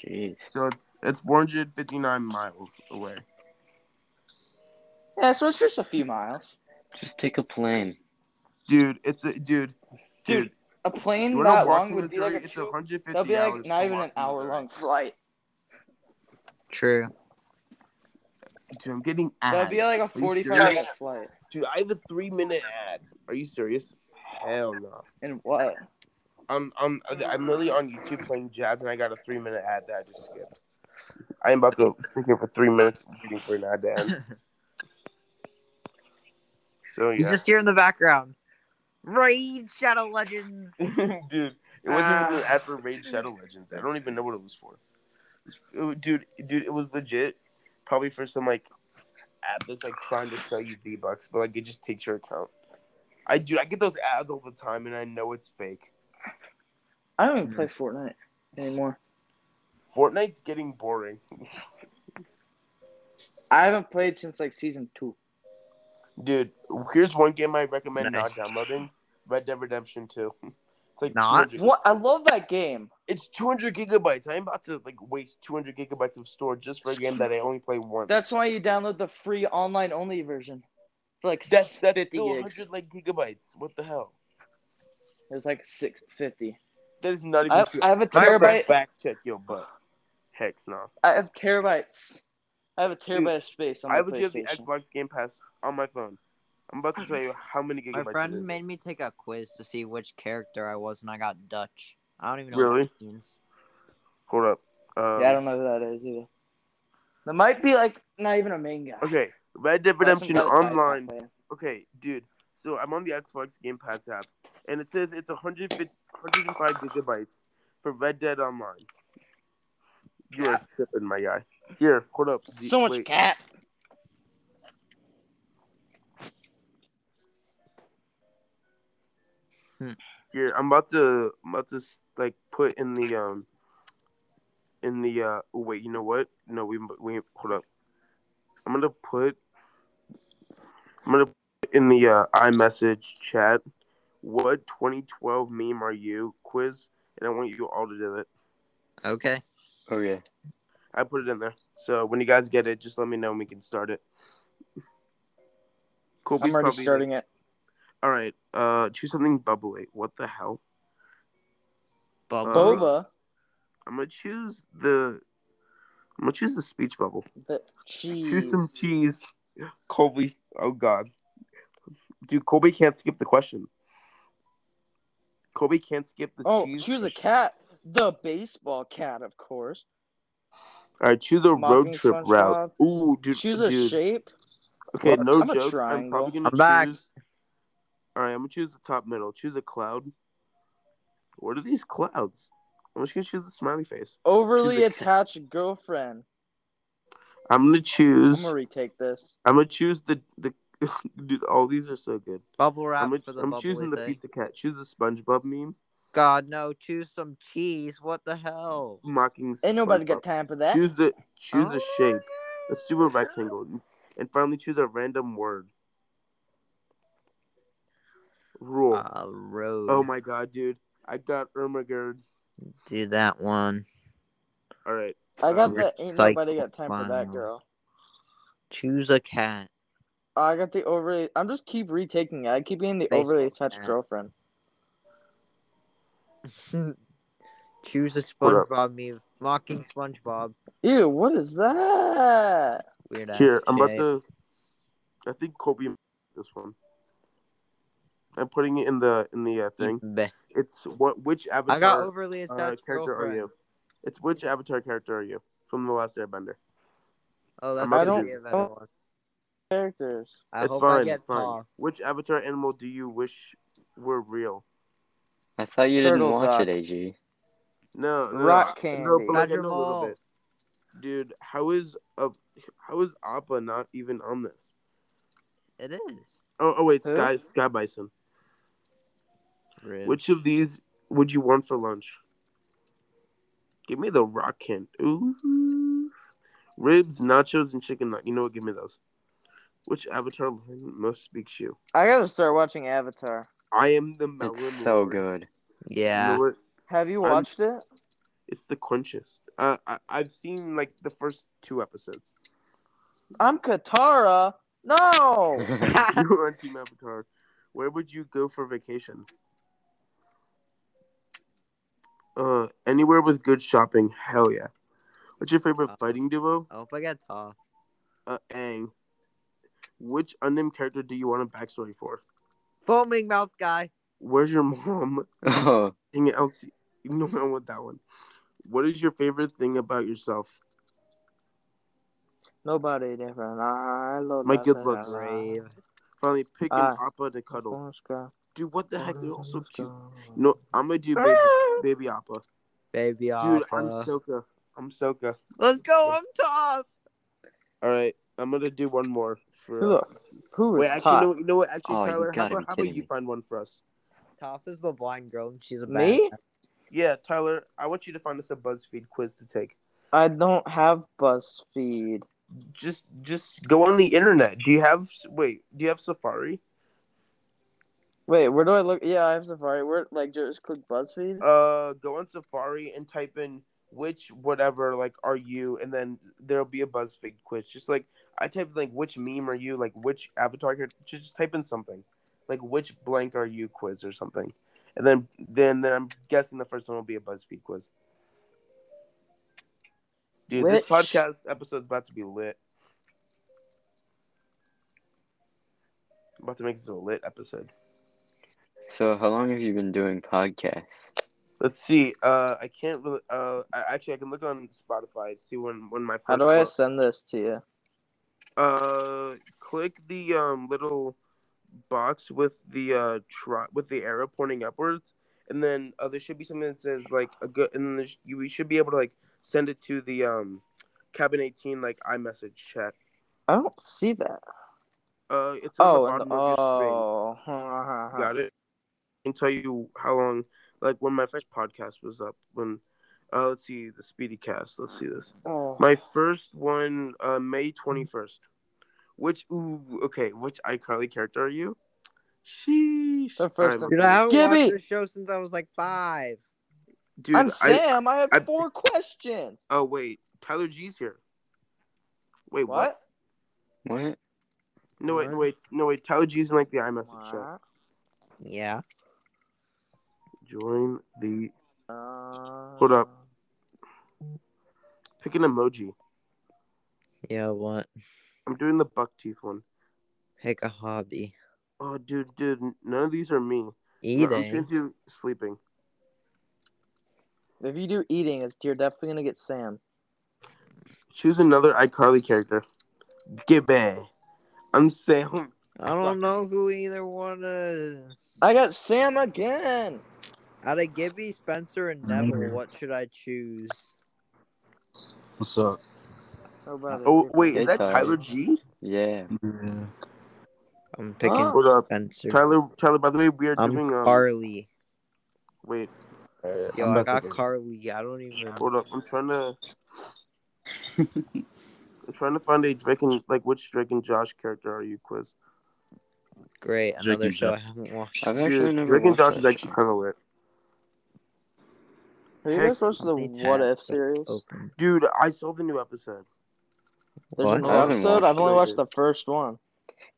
[SPEAKER 3] Jeez.
[SPEAKER 2] So it's it's four hundred fifty nine miles away.
[SPEAKER 5] Yeah, so it's just a few miles.
[SPEAKER 3] Just take a plane.
[SPEAKER 2] Dude, it's a dude.
[SPEAKER 5] Dude,
[SPEAKER 2] Dude,
[SPEAKER 5] a
[SPEAKER 2] you
[SPEAKER 5] plane
[SPEAKER 2] wanna
[SPEAKER 5] that
[SPEAKER 2] walk
[SPEAKER 5] long
[SPEAKER 2] to
[SPEAKER 5] would be like
[SPEAKER 2] Missouri?
[SPEAKER 5] a
[SPEAKER 2] it's
[SPEAKER 5] two-
[SPEAKER 2] hundred fifty
[SPEAKER 5] that'd be
[SPEAKER 2] hours.
[SPEAKER 5] like
[SPEAKER 2] to
[SPEAKER 5] not even
[SPEAKER 2] walk
[SPEAKER 5] an
[SPEAKER 2] to
[SPEAKER 5] hour
[SPEAKER 2] Missouri.
[SPEAKER 5] long flight.
[SPEAKER 4] True.
[SPEAKER 2] Dude, I'm getting ads.
[SPEAKER 5] That'd be like a
[SPEAKER 2] Are you
[SPEAKER 5] 45
[SPEAKER 2] serious?
[SPEAKER 5] minute flight.
[SPEAKER 2] Dude, I have a three minute ad. Are you serious? Hell no.
[SPEAKER 5] And what?
[SPEAKER 2] I'm I'm I'm literally on YouTube playing jazz, and I got a three minute ad that I just skipped. I am about to sit here for three minutes waiting for an ad to end.
[SPEAKER 4] (laughs)
[SPEAKER 2] So
[SPEAKER 4] You
[SPEAKER 2] yeah,
[SPEAKER 4] just hear in the background. Raid Shadow Legends.
[SPEAKER 2] (laughs) dude, it wasn't even an ad for
[SPEAKER 4] Ah.
[SPEAKER 2] Raid Shadow Legends. I don't even know what it was for. It wa- dude, dude, it was legit. Probably for some like ad that's like trying to sell you V bucks, but like it just takes your account. I dude, I get those ads all the time, and I know it's fake.
[SPEAKER 5] I don't even play Fortnite anymore.
[SPEAKER 2] Fortnite's getting boring,
[SPEAKER 5] I haven't played since like season two.
[SPEAKER 2] dude. Here's one game I recommend
[SPEAKER 4] Nice.
[SPEAKER 2] not downloading: Red Dead Redemption Two. It's like
[SPEAKER 4] Not?
[SPEAKER 2] 200
[SPEAKER 5] What? I love that game.
[SPEAKER 2] It's 200 gigabytes. I'm about to like waste 200 gigabytes of storage just for a game that I only play once.
[SPEAKER 5] That's why you download the free online only version. For like
[SPEAKER 2] that's that's
[SPEAKER 5] 50
[SPEAKER 2] still
[SPEAKER 5] gigs.
[SPEAKER 2] 100 like gigabytes. What the hell?
[SPEAKER 5] It was like 650.
[SPEAKER 2] That is not even
[SPEAKER 5] I,
[SPEAKER 2] true.
[SPEAKER 5] I have a
[SPEAKER 2] I have to
[SPEAKER 5] terabyte.
[SPEAKER 2] Back check your butt. Hex no.
[SPEAKER 5] I have terabytes. I have a terabyte of space on my
[SPEAKER 2] I would give the
[SPEAKER 5] PlayStation.
[SPEAKER 2] Xbox Game Pass on my phone. I'm about to tell you how many
[SPEAKER 4] My
[SPEAKER 2] gigabytes. it
[SPEAKER 4] friend
[SPEAKER 2] is.
[SPEAKER 4] made me take a quiz to see which character I was, and I got Dutch. I don't even know
[SPEAKER 2] Really?
[SPEAKER 4] what that means.
[SPEAKER 2] Hold up. Um,
[SPEAKER 5] yeah, I don't know who that is either. That might be like not even a main guy.
[SPEAKER 2] Okay, Red Dead
[SPEAKER 5] That's some
[SPEAKER 2] Redemption
[SPEAKER 5] other guy's
[SPEAKER 2] Online.
[SPEAKER 5] not playing.
[SPEAKER 2] Okay, dude. So I'm on the Xbox Game Pass app, and it says it's 150 105 gigabytes for Red Dead Online. You are tripping, my guy. Here, hold up. The-
[SPEAKER 5] So much
[SPEAKER 2] wait,
[SPEAKER 5] cat.
[SPEAKER 2] Here, I'm about to, I'm about to like put in the um, in the uh. Wait, you know what? No, we we hold up. I'm gonna put. I'm gonna put in the uh, iMessage chat. What 2012 meme are you? Quiz, and I want you all to do it.
[SPEAKER 4] Okay.
[SPEAKER 3] Okay.
[SPEAKER 2] I put it in there. So when you guys get it, just let me know and we can start it. Cool.
[SPEAKER 5] I'm already starting it.
[SPEAKER 2] All right. Uh, choose something bubbly. What the hell?
[SPEAKER 4] Bubble.
[SPEAKER 2] Uh,
[SPEAKER 5] Boba,
[SPEAKER 2] I'm gonna choose the. I'm gonna choose the speech bubble.
[SPEAKER 5] the cheese.
[SPEAKER 2] Choose some cheese. Colby. Oh God. Dude, Colby can't skip the question. Colby can't skip the
[SPEAKER 5] oh,
[SPEAKER 2] cheese.
[SPEAKER 5] choose a
[SPEAKER 2] question.
[SPEAKER 5] cat. The baseball cat, of course.
[SPEAKER 2] All right, choose a road
[SPEAKER 5] Mocking
[SPEAKER 2] trip route.
[SPEAKER 5] SpongeBob.
[SPEAKER 2] Ooh, dude.
[SPEAKER 5] Choose a
[SPEAKER 2] dude.
[SPEAKER 5] shape.
[SPEAKER 2] Okay,
[SPEAKER 1] What?
[SPEAKER 2] no
[SPEAKER 5] I'm a
[SPEAKER 2] joke. I'm
[SPEAKER 5] triangle.
[SPEAKER 2] probably gonna
[SPEAKER 4] I'm back.
[SPEAKER 2] choose. All right, I'm gonna choose the top middle. Choose a cloud. What are these clouds? I'm just gonna choose the smiley face.
[SPEAKER 5] Overly
[SPEAKER 2] She's a cat.
[SPEAKER 5] attached girlfriend.
[SPEAKER 2] I'm gonna
[SPEAKER 5] I'm
[SPEAKER 2] choose.
[SPEAKER 5] gonna retake this.
[SPEAKER 2] I'm gonna choose the the. (laughs) dude, all these are so good.
[SPEAKER 4] Bubble wrap
[SPEAKER 2] I'm, gonna-
[SPEAKER 4] for the
[SPEAKER 2] I'm
[SPEAKER 4] bubbly
[SPEAKER 2] choosing the
[SPEAKER 4] thing.
[SPEAKER 2] pizza cat. Choose the SpongeBob meme.
[SPEAKER 4] God, no. Choose some cheese. What the hell?
[SPEAKER 2] Mocking.
[SPEAKER 5] Ain't nobody
[SPEAKER 2] SpongeBob.
[SPEAKER 5] got time for that.
[SPEAKER 2] Choose the choose
[SPEAKER 4] Oh,
[SPEAKER 2] a shape. Let's do a rectangle, and finally choose a random word. Rule.
[SPEAKER 4] Uh, road.
[SPEAKER 2] oh my god, dude! I got Ermagerd.
[SPEAKER 4] Do that one.
[SPEAKER 2] All right.
[SPEAKER 5] I got
[SPEAKER 2] Um,
[SPEAKER 5] the ain't
[SPEAKER 4] Psycho
[SPEAKER 5] nobody got time for that
[SPEAKER 4] clown.
[SPEAKER 5] girl.
[SPEAKER 4] Choose a cat. (laughs)
[SPEAKER 5] I got the overly. I'm just keep retaking it. I keep getting the
[SPEAKER 4] Baseball
[SPEAKER 5] overly attached
[SPEAKER 4] cat.
[SPEAKER 5] girlfriend.
[SPEAKER 4] Choose a
[SPEAKER 2] Hold up.
[SPEAKER 4] SpongeBob meme. Mocking SpongeBob.
[SPEAKER 5] Ew, what is that?
[SPEAKER 4] Weird ass.
[SPEAKER 2] Here, I'm about
[SPEAKER 4] shit.
[SPEAKER 2] to. I think Kobe this one. I'm putting it in the in the uh, thing.
[SPEAKER 4] Bleh.
[SPEAKER 2] It's what which avatar
[SPEAKER 4] I got overly
[SPEAKER 2] uh,
[SPEAKER 4] attached
[SPEAKER 2] character are
[SPEAKER 4] girlfriend.
[SPEAKER 2] you? It's which avatar character are you from the Last Airbender?
[SPEAKER 4] Oh, that's
[SPEAKER 2] I'm not
[SPEAKER 4] I do
[SPEAKER 2] gonna
[SPEAKER 4] the
[SPEAKER 2] do
[SPEAKER 4] event
[SPEAKER 5] that.
[SPEAKER 4] one.
[SPEAKER 5] Characters.
[SPEAKER 4] I
[SPEAKER 2] it's
[SPEAKER 4] hope
[SPEAKER 2] fine.
[SPEAKER 4] I get
[SPEAKER 2] it's fine.
[SPEAKER 4] off.
[SPEAKER 2] Which avatar animal do you wish were real?
[SPEAKER 3] I thought you didn't
[SPEAKER 5] Turtle
[SPEAKER 3] watch
[SPEAKER 5] Dock.
[SPEAKER 3] it, AG.
[SPEAKER 2] No, no,
[SPEAKER 5] Rock
[SPEAKER 2] I- no,
[SPEAKER 5] candy.
[SPEAKER 2] but like I
[SPEAKER 4] Roger
[SPEAKER 2] know a little
[SPEAKER 4] Maul.
[SPEAKER 2] bit, dude. How is uh, how is Appa not even on this?
[SPEAKER 4] It is.
[SPEAKER 2] Oh, oh wait,
[SPEAKER 5] Who?
[SPEAKER 2] Sky Sky Bison.
[SPEAKER 4] Rude.
[SPEAKER 2] Which of these would you want for lunch? Give me the rock can. Ooh. Ribs, nachos, and chicken nugget. You know what? Give me those. Which avatar line most speaks you?
[SPEAKER 5] I gotta start watching Avatar.
[SPEAKER 2] I am the melon.
[SPEAKER 3] It's so
[SPEAKER 2] lord.
[SPEAKER 3] good.
[SPEAKER 2] You know
[SPEAKER 4] Yeah.
[SPEAKER 2] what?
[SPEAKER 5] Have you
[SPEAKER 2] I'm-
[SPEAKER 5] watched it?
[SPEAKER 2] It's the crunchiest. Uh, I, I've seen like the first two episodes.
[SPEAKER 5] I'm Katara.
[SPEAKER 2] (laughs)
[SPEAKER 5] No.
[SPEAKER 4] (laughs)
[SPEAKER 2] Oh. You're on Team Avatar. Where would you go for vacation? Uh, anywhere with good shopping. Hell yeah. What's your favorite
[SPEAKER 4] Uh,
[SPEAKER 2] fighting duo?
[SPEAKER 4] I hope I get off.
[SPEAKER 2] Uh, Aang. Which unnamed character do you want a backstory for?
[SPEAKER 4] Foaming mouth guy.
[SPEAKER 2] Where's your mom? (laughs)
[SPEAKER 3] (laughs) oh,
[SPEAKER 2] Dang it, Elsie. No, I want that one. What is your favorite thing about yourself?
[SPEAKER 5] Nobody different. I love
[SPEAKER 2] My
[SPEAKER 5] that
[SPEAKER 2] good
[SPEAKER 5] that
[SPEAKER 2] looks.
[SPEAKER 5] I-
[SPEAKER 4] Brave.
[SPEAKER 2] Finally, pick an
[SPEAKER 5] Ah.
[SPEAKER 2] Appa to cuddle.
[SPEAKER 5] Let's go.
[SPEAKER 2] Dude, what the heck? They're all
[SPEAKER 5] Let's
[SPEAKER 2] so cute.
[SPEAKER 5] (laughs) go.
[SPEAKER 2] No, I'm gonna do baby,
[SPEAKER 5] Ah!
[SPEAKER 2] baby Appa.
[SPEAKER 4] Baby
[SPEAKER 2] Dude,
[SPEAKER 4] off.
[SPEAKER 2] I'm
[SPEAKER 3] uh,
[SPEAKER 2] Soka. I'm Soka.
[SPEAKER 4] Let's go. I'm top.
[SPEAKER 2] All right, I'm gonna do one more for.
[SPEAKER 5] Who
[SPEAKER 2] us.
[SPEAKER 5] Who
[SPEAKER 2] Wait,
[SPEAKER 5] is
[SPEAKER 2] actually,
[SPEAKER 5] top?
[SPEAKER 2] no, you know what? Actually,
[SPEAKER 3] Oh, you
[SPEAKER 2] Tyler, how
[SPEAKER 3] gotta
[SPEAKER 2] about
[SPEAKER 3] be
[SPEAKER 2] how about
[SPEAKER 3] kidding
[SPEAKER 2] you
[SPEAKER 3] me.
[SPEAKER 2] find one for us?
[SPEAKER 4] Top is the blind girl, and she's a bad.
[SPEAKER 5] Me?
[SPEAKER 2] Yeah, Tyler, I want you to find us a BuzzFeed quiz to take.
[SPEAKER 5] I don't have BuzzFeed.
[SPEAKER 2] Just, just go on the internet. Do you have? Wait, do you have Safari?
[SPEAKER 5] Wait, where do I look? Yeah, I have Safari. Where like just click BuzzFeed?
[SPEAKER 2] Uh, go on Safari and type in which whatever like are you, and then there'll be a BuzzFeed quiz. Just like I typed like which meme are you, like which avatar character. Just, just type in something, like which blank are you quiz or something, and then then then I'm guessing the first one will be a BuzzFeed quiz. Dude, this
[SPEAKER 5] Which-
[SPEAKER 2] podcast episode's about to be lit. I'm about to make this a lit episode.
[SPEAKER 3] So, how long have you been doing podcasts?
[SPEAKER 2] Let's see. Uh, I can't really. Uh, I, actually, I can look on Spotify see when when my. First
[SPEAKER 5] How do I
[SPEAKER 2] one-
[SPEAKER 5] send this to you?
[SPEAKER 2] Uh, click the um little box with the uh tri- with the arrow pointing upwards, and then uh, there should be something that says like a good, and then there's- you we should be able to like send it to the um cabin eighteen like iMessage chat.
[SPEAKER 5] I don't see that.
[SPEAKER 2] Uh, it's on
[SPEAKER 5] Oh,
[SPEAKER 2] the
[SPEAKER 5] and the,
[SPEAKER 2] bottom of your screen.
[SPEAKER 5] oh,
[SPEAKER 2] You got it. I can tell you how long, like when my first podcast was up. When, uh, let's see the Speedy Cast. Let's see this.
[SPEAKER 5] Oh.
[SPEAKER 2] My first one, uh, May twenty first. Which ooh, okay, which iCarly character are you? Sheesh.
[SPEAKER 5] The first
[SPEAKER 2] All
[SPEAKER 5] one.
[SPEAKER 4] Dude, I haven't
[SPEAKER 5] Gibby!
[SPEAKER 4] watched this show since I was like five.
[SPEAKER 2] dude,
[SPEAKER 5] I'm
[SPEAKER 2] I,
[SPEAKER 5] Sam. I have
[SPEAKER 2] I-
[SPEAKER 5] four questions.
[SPEAKER 2] oh wait, Tyler G's here. Wait, what?
[SPEAKER 5] What?
[SPEAKER 3] What?
[SPEAKER 2] No wait, no
[SPEAKER 4] What?
[SPEAKER 2] wait, no wait. Tyler G's in like the iMessage chat.
[SPEAKER 5] What?
[SPEAKER 4] Yeah.
[SPEAKER 2] Join the
[SPEAKER 5] Uh,
[SPEAKER 2] Hold up. pick an emoji.
[SPEAKER 4] Yeah, what?
[SPEAKER 2] I'm doing the buck teeth one.
[SPEAKER 4] Pick a hobby.
[SPEAKER 2] Oh, dude, dude, none of these are me. No, I'm just
[SPEAKER 4] Eating.
[SPEAKER 2] gonna do sleeping.
[SPEAKER 5] If you do eating, it's you're definitely gonna get Sam.
[SPEAKER 2] Choose another iCarly character. Gibbe. I'm Sam.
[SPEAKER 4] I don't know who either one is.
[SPEAKER 5] I got Sam again.
[SPEAKER 4] Out of Gibby, Spencer, and Neville, what should I choose?
[SPEAKER 6] What's up?
[SPEAKER 5] How about it,
[SPEAKER 2] Oh
[SPEAKER 5] Gibby?
[SPEAKER 2] wait,
[SPEAKER 3] Hey,
[SPEAKER 2] is that Tyler
[SPEAKER 3] Tyler.
[SPEAKER 2] G?
[SPEAKER 3] Yeah.
[SPEAKER 6] Yeah.
[SPEAKER 4] I'm picking
[SPEAKER 5] Oh.
[SPEAKER 2] Hold up.
[SPEAKER 4] Spencer.
[SPEAKER 2] Tyler, Tyler. By the way, we are
[SPEAKER 4] I'm
[SPEAKER 2] doing um.
[SPEAKER 4] Carly.
[SPEAKER 2] Wait,
[SPEAKER 4] Yo, I got Carly. I don't even.
[SPEAKER 2] hold up. I'm trying
[SPEAKER 3] (laughs)
[SPEAKER 2] to. I'm trying to find a Drake and like which Drake and Josh character are you quiz.
[SPEAKER 4] Great,
[SPEAKER 6] Drake
[SPEAKER 4] another
[SPEAKER 6] and
[SPEAKER 4] show I
[SPEAKER 6] Josh.
[SPEAKER 4] haven't watched.
[SPEAKER 3] I've actually
[SPEAKER 2] Dude,
[SPEAKER 3] never
[SPEAKER 2] Drake and
[SPEAKER 3] watched
[SPEAKER 2] Josh is
[SPEAKER 3] that
[SPEAKER 2] actually kind of lit.
[SPEAKER 5] Have you
[SPEAKER 2] Heck,
[SPEAKER 5] guys watched the
[SPEAKER 4] How many
[SPEAKER 5] What
[SPEAKER 4] tabs
[SPEAKER 5] If series?
[SPEAKER 4] open?
[SPEAKER 2] Dude, I saw the new episode.
[SPEAKER 5] There's
[SPEAKER 4] What?
[SPEAKER 5] a new
[SPEAKER 3] I haven't
[SPEAKER 5] episode.
[SPEAKER 3] watched
[SPEAKER 5] I've only
[SPEAKER 2] it.
[SPEAKER 5] watched the first one.
[SPEAKER 3] show.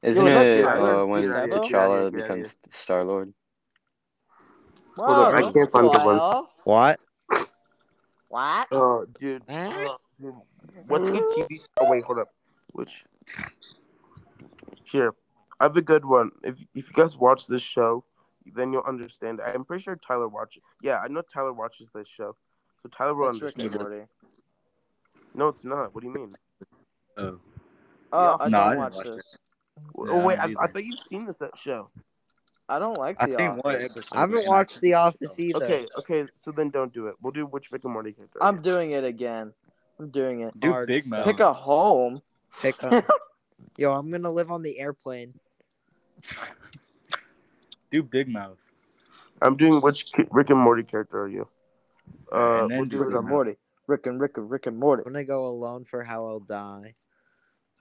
[SPEAKER 3] Isn't
[SPEAKER 2] is that
[SPEAKER 3] it
[SPEAKER 2] Tyler?
[SPEAKER 3] uh, when
[SPEAKER 2] Get outta here, get outta here,
[SPEAKER 3] T'Challa
[SPEAKER 2] get outta
[SPEAKER 3] becomes Star Lord?
[SPEAKER 5] Wow,
[SPEAKER 2] Hold up, I
[SPEAKER 5] that's
[SPEAKER 2] can't find the one.
[SPEAKER 5] wild.
[SPEAKER 4] What?
[SPEAKER 5] What?
[SPEAKER 2] Oh, dude.
[SPEAKER 4] Huh?
[SPEAKER 2] Ugh. What's good TV? show- Oh wait, hold up. Which? Here, I have a good one. If if you guys watch this show, then you'll understand. I'm pretty sure Tyler watches. Yeah, I know Tyler watches this show, so Tyler will
[SPEAKER 5] That's Rick
[SPEAKER 2] understand.
[SPEAKER 5] and Morty.
[SPEAKER 2] No, it's not. What do you mean?
[SPEAKER 6] Oh.
[SPEAKER 5] Oh,
[SPEAKER 2] The
[SPEAKER 5] I
[SPEAKER 6] No, I
[SPEAKER 5] don't
[SPEAKER 6] didn't
[SPEAKER 5] watch
[SPEAKER 6] watch that.
[SPEAKER 5] this.
[SPEAKER 6] Yeah,
[SPEAKER 2] oh wait,
[SPEAKER 6] I
[SPEAKER 2] I,
[SPEAKER 6] don't
[SPEAKER 2] I
[SPEAKER 6] either.
[SPEAKER 2] thought you've seen this uh, show.
[SPEAKER 5] I don't like
[SPEAKER 6] I've
[SPEAKER 5] The
[SPEAKER 6] seen one
[SPEAKER 5] Office.
[SPEAKER 6] episode.
[SPEAKER 4] I haven't
[SPEAKER 6] and
[SPEAKER 4] watched The Office
[SPEAKER 6] don't.
[SPEAKER 4] either.
[SPEAKER 2] Okay, okay. So then don't do it. We'll do which Rick and Morty character.
[SPEAKER 5] I'm doing it again. I'm doing it.
[SPEAKER 6] Do
[SPEAKER 4] Hard
[SPEAKER 6] Big
[SPEAKER 4] stuff.
[SPEAKER 6] Mouth.
[SPEAKER 5] Pick a home.
[SPEAKER 4] Pick up.
[SPEAKER 2] (laughs)
[SPEAKER 4] Yo, I'm gonna live on the airplane.
[SPEAKER 6] Do Big Mouth.
[SPEAKER 2] I'm doing which ki- Rick and Morty character are you?
[SPEAKER 6] Alright,
[SPEAKER 2] Uh,
[SPEAKER 6] and then
[SPEAKER 2] we'll
[SPEAKER 6] do
[SPEAKER 2] do
[SPEAKER 5] Rick
[SPEAKER 2] it
[SPEAKER 6] Big
[SPEAKER 5] and
[SPEAKER 2] on
[SPEAKER 6] Mouth.
[SPEAKER 5] Morty. Rick and Rick and Rick and Morty.
[SPEAKER 4] I'm gonna go alone for how I'll die.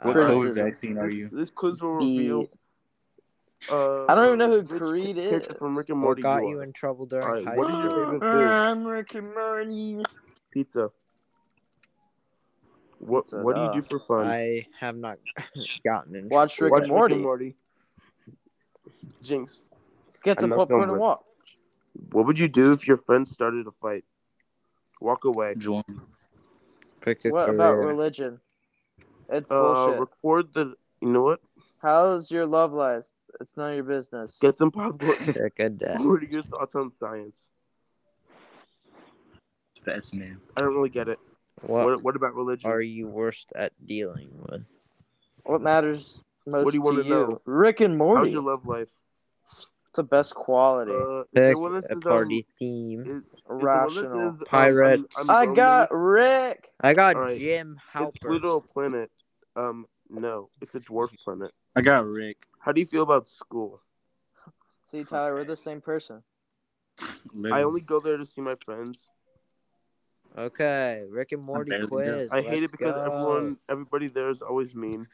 [SPEAKER 6] What
[SPEAKER 4] Uh,
[SPEAKER 5] Criticism.
[SPEAKER 6] COVID vaccine are
[SPEAKER 2] this,
[SPEAKER 6] you?
[SPEAKER 2] this quiz will reveal.
[SPEAKER 5] Be-
[SPEAKER 2] Uh,
[SPEAKER 5] I don't even know who
[SPEAKER 2] which
[SPEAKER 5] Creed
[SPEAKER 2] character
[SPEAKER 5] is.
[SPEAKER 2] from Rick and
[SPEAKER 4] what
[SPEAKER 2] Morty
[SPEAKER 4] got
[SPEAKER 2] you
[SPEAKER 4] you
[SPEAKER 2] are.
[SPEAKER 4] in trouble
[SPEAKER 2] All
[SPEAKER 4] during
[SPEAKER 2] right,
[SPEAKER 4] high
[SPEAKER 2] what is your
[SPEAKER 4] school?
[SPEAKER 2] favorite food?
[SPEAKER 5] Rick and Morty.
[SPEAKER 2] Pizza. What
[SPEAKER 5] Pizza,
[SPEAKER 2] What do you
[SPEAKER 5] duh.
[SPEAKER 2] do for fun?
[SPEAKER 4] I have not (laughs) gotten in
[SPEAKER 5] Watch Rick
[SPEAKER 2] Watch
[SPEAKER 5] and Morty.
[SPEAKER 2] Morty. Jinx.
[SPEAKER 5] Get some
[SPEAKER 2] I'm not
[SPEAKER 5] popcorn
[SPEAKER 2] going
[SPEAKER 5] and
[SPEAKER 2] with-
[SPEAKER 5] walk.
[SPEAKER 2] What would you do if your friend started a fight? Walk away.
[SPEAKER 6] Join.
[SPEAKER 4] Pick a
[SPEAKER 5] What
[SPEAKER 4] career.
[SPEAKER 5] about religion? It's
[SPEAKER 2] Uh,
[SPEAKER 5] bullshit.
[SPEAKER 2] record the. You know what?
[SPEAKER 5] How's your love life? It's none of your business.
[SPEAKER 2] Get some
[SPEAKER 3] (laughs)
[SPEAKER 5] (laughs)
[SPEAKER 2] popcorn.
[SPEAKER 4] Pick a death.
[SPEAKER 2] what are your thoughts on science?
[SPEAKER 6] It's fascinating.
[SPEAKER 2] I don't really get it.
[SPEAKER 4] What,
[SPEAKER 2] What What about religion?
[SPEAKER 4] are you worst at dealing with?
[SPEAKER 5] What matters most
[SPEAKER 2] What do you
[SPEAKER 5] to
[SPEAKER 2] wanna
[SPEAKER 5] you?
[SPEAKER 2] know?
[SPEAKER 5] Rick and Morty.
[SPEAKER 2] How's your love life?
[SPEAKER 5] It's the best quality.
[SPEAKER 2] Uh, is
[SPEAKER 4] Pick
[SPEAKER 2] there one that
[SPEAKER 4] a
[SPEAKER 2] says um,
[SPEAKER 4] party theme.
[SPEAKER 2] is, is the one that says
[SPEAKER 5] Rational.
[SPEAKER 2] um,
[SPEAKER 4] Pirates.
[SPEAKER 2] I'm, I'm
[SPEAKER 5] I
[SPEAKER 2] lonely?
[SPEAKER 5] got Rick.
[SPEAKER 4] I got
[SPEAKER 2] all right.
[SPEAKER 4] Jim Halpert.
[SPEAKER 2] It's Pluto a planet. Um, no, it's a dwarf planet.
[SPEAKER 6] I got Rick.
[SPEAKER 2] How do you feel about school?
[SPEAKER 5] See, Tyler, we're the same person.
[SPEAKER 6] Living.
[SPEAKER 2] I only go there to see my friends.
[SPEAKER 4] Okay, Rick and Morty
[SPEAKER 6] barely do.
[SPEAKER 4] quiz.
[SPEAKER 2] I hate
[SPEAKER 4] Let's
[SPEAKER 2] it because
[SPEAKER 4] go.
[SPEAKER 2] everyone, everybody there is always mean.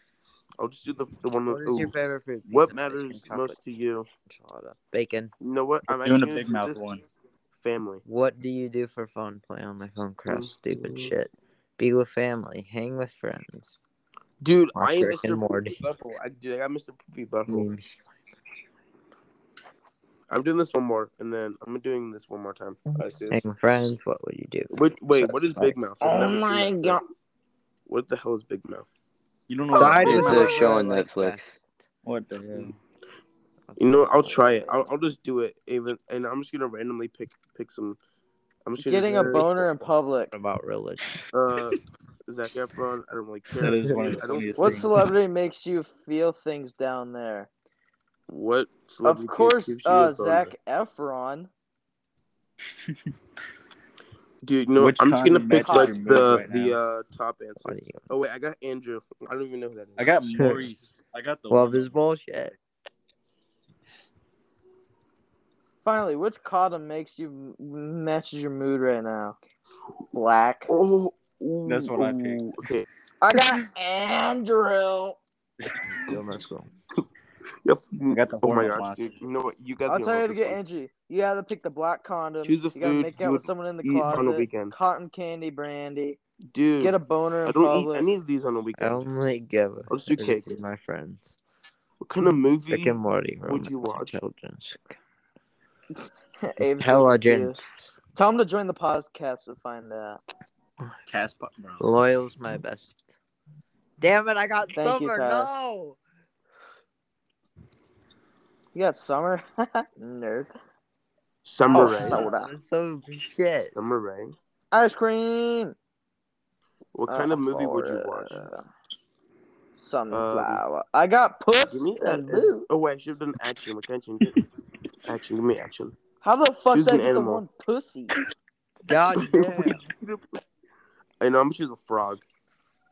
[SPEAKER 2] I'll just do the the one with
[SPEAKER 4] What is your
[SPEAKER 2] ooh.
[SPEAKER 4] favorite food?
[SPEAKER 2] What
[SPEAKER 4] Pizza,
[SPEAKER 2] matters
[SPEAKER 4] ice cream, chocolate
[SPEAKER 2] most to you?
[SPEAKER 4] enchilada, bacon.
[SPEAKER 2] You know what? I'm
[SPEAKER 6] Doing
[SPEAKER 2] actually
[SPEAKER 6] a
[SPEAKER 2] gonna
[SPEAKER 6] Big
[SPEAKER 2] do
[SPEAKER 6] Mouth
[SPEAKER 2] this
[SPEAKER 6] one.
[SPEAKER 2] family.
[SPEAKER 4] What do you do for fun? Play on my phone, craft stupid
[SPEAKER 2] Mhm.
[SPEAKER 4] shit. Be with family, hang with friends.
[SPEAKER 2] Dude,
[SPEAKER 4] Watch
[SPEAKER 2] I am
[SPEAKER 4] Rick and
[SPEAKER 2] Mr.
[SPEAKER 4] Morty.
[SPEAKER 2] Poopy Buffle. I dude, I got Mr. Poopy Buffle.
[SPEAKER 4] Mm.
[SPEAKER 2] I'm doing this one more, and then I'm doing this one more time. I see
[SPEAKER 4] Hang
[SPEAKER 2] this.
[SPEAKER 4] with friends. What would you do?
[SPEAKER 2] Wait, wait, what is
[SPEAKER 4] Sorry.
[SPEAKER 2] Big Mouth? I've never seen that show. What the hell is Big Mouth?
[SPEAKER 6] You don't know what
[SPEAKER 4] Died
[SPEAKER 6] Big
[SPEAKER 4] in
[SPEAKER 3] It's
[SPEAKER 6] Mouth-
[SPEAKER 3] a
[SPEAKER 4] the
[SPEAKER 3] show on
[SPEAKER 4] Starlight
[SPEAKER 3] Netflix.
[SPEAKER 4] Fest.
[SPEAKER 6] What the hell?
[SPEAKER 2] You know, I'll try it. I'll, I'll just do it, even, and I'm just gonna randomly pick pick some. I'm just gonna
[SPEAKER 5] Getting
[SPEAKER 2] do
[SPEAKER 5] a
[SPEAKER 2] it.
[SPEAKER 5] boner in public.
[SPEAKER 4] about religion.
[SPEAKER 2] Uh, (laughs) Zac Efron. I don't really care.
[SPEAKER 6] That is one of
[SPEAKER 2] I
[SPEAKER 6] the
[SPEAKER 2] don't-
[SPEAKER 6] funniest
[SPEAKER 5] What
[SPEAKER 6] things.
[SPEAKER 5] celebrity makes you feel things down there?
[SPEAKER 2] What celebrity
[SPEAKER 5] Of
[SPEAKER 2] gives
[SPEAKER 5] course,
[SPEAKER 2] you a
[SPEAKER 5] uh,
[SPEAKER 2] boner?
[SPEAKER 5] Zach Efron.
[SPEAKER 2] Dude, you know,
[SPEAKER 6] Which
[SPEAKER 2] I'm just gonna
[SPEAKER 6] condom
[SPEAKER 2] pick
[SPEAKER 5] matches
[SPEAKER 2] like
[SPEAKER 6] your mood
[SPEAKER 2] the
[SPEAKER 6] right
[SPEAKER 2] the
[SPEAKER 6] now?
[SPEAKER 2] uh top answer.
[SPEAKER 4] What do you?
[SPEAKER 2] Oh wait, I got Andrew. I don't even know who that is.
[SPEAKER 6] I got Maurice. I got the
[SPEAKER 4] Love
[SPEAKER 6] one.
[SPEAKER 4] is bullshit.
[SPEAKER 5] Finally, which condom makes you matches your mood right now? Black.
[SPEAKER 2] Oh, ooh,
[SPEAKER 6] That's what I picked.
[SPEAKER 2] ooh,
[SPEAKER 5] (laughs)
[SPEAKER 2] Okay,
[SPEAKER 5] I got Andrew.
[SPEAKER 4] Yo, let's go.
[SPEAKER 2] (laughs) Yep.
[SPEAKER 6] I got the
[SPEAKER 2] Oh my
[SPEAKER 6] hormone
[SPEAKER 2] god,
[SPEAKER 6] monster.
[SPEAKER 2] dude. You know what? You guys
[SPEAKER 5] I'll
[SPEAKER 2] gonna
[SPEAKER 5] tell you
[SPEAKER 2] love
[SPEAKER 5] to
[SPEAKER 2] this
[SPEAKER 5] get
[SPEAKER 2] one.
[SPEAKER 5] Angie. You have to pick the black condom.
[SPEAKER 2] Choose a
[SPEAKER 5] you gotta
[SPEAKER 2] food
[SPEAKER 5] make
[SPEAKER 2] you
[SPEAKER 5] out with
[SPEAKER 2] would
[SPEAKER 5] someone in the
[SPEAKER 2] eat on a
[SPEAKER 5] closet.
[SPEAKER 2] weekend.
[SPEAKER 5] Cotton candy brandy.
[SPEAKER 2] Dude,
[SPEAKER 5] Get a boner
[SPEAKER 2] I
[SPEAKER 5] in
[SPEAKER 2] don't
[SPEAKER 5] public.
[SPEAKER 2] eat
[SPEAKER 5] (laughs)
[SPEAKER 2] any of these on a
[SPEAKER 4] I
[SPEAKER 2] weekend.
[SPEAKER 4] only give a
[SPEAKER 2] I'll just do
[SPEAKER 4] shit to
[SPEAKER 2] cake.
[SPEAKER 4] my friends.
[SPEAKER 2] What kind of
[SPEAKER 4] Rick
[SPEAKER 2] movie?
[SPEAKER 4] and Morty,
[SPEAKER 2] would
[SPEAKER 4] romance,
[SPEAKER 2] you watch?
[SPEAKER 4] intelligence,
[SPEAKER 5] Abe's
[SPEAKER 4] uh,
[SPEAKER 5] so confused.
[SPEAKER 4] intelligence.
[SPEAKER 5] Tell him to join the podcast to find out.
[SPEAKER 6] Casper, bro.
[SPEAKER 4] Loyal's my best. Damn it! I got
[SPEAKER 5] Thank you,
[SPEAKER 4] summer.
[SPEAKER 5] Tyler.
[SPEAKER 4] no.
[SPEAKER 5] You got summer? (laughs) Nerd.
[SPEAKER 2] Summer
[SPEAKER 5] Oh,
[SPEAKER 2] Rae.
[SPEAKER 5] soda.
[SPEAKER 4] That's so shit.
[SPEAKER 2] Summer Rae.
[SPEAKER 5] Ice cream.
[SPEAKER 2] What kind of
[SPEAKER 5] Uh,
[SPEAKER 2] movie would you watch? Um,
[SPEAKER 5] Florida. Sunflower. I got puss
[SPEAKER 2] Give me a,
[SPEAKER 5] and boo.
[SPEAKER 2] oh wait, I should have done action. What action? action. Give me
[SPEAKER 5] (laughs)
[SPEAKER 2] action.
[SPEAKER 5] How the fuck
[SPEAKER 2] choose
[SPEAKER 5] did I
[SPEAKER 2] an
[SPEAKER 5] get the
[SPEAKER 2] animal.
[SPEAKER 5] one
[SPEAKER 4] (laughs)
[SPEAKER 5] pussy?
[SPEAKER 2] (laughs)
[SPEAKER 4] God damn.
[SPEAKER 2] I know I'm gonna choose a frog.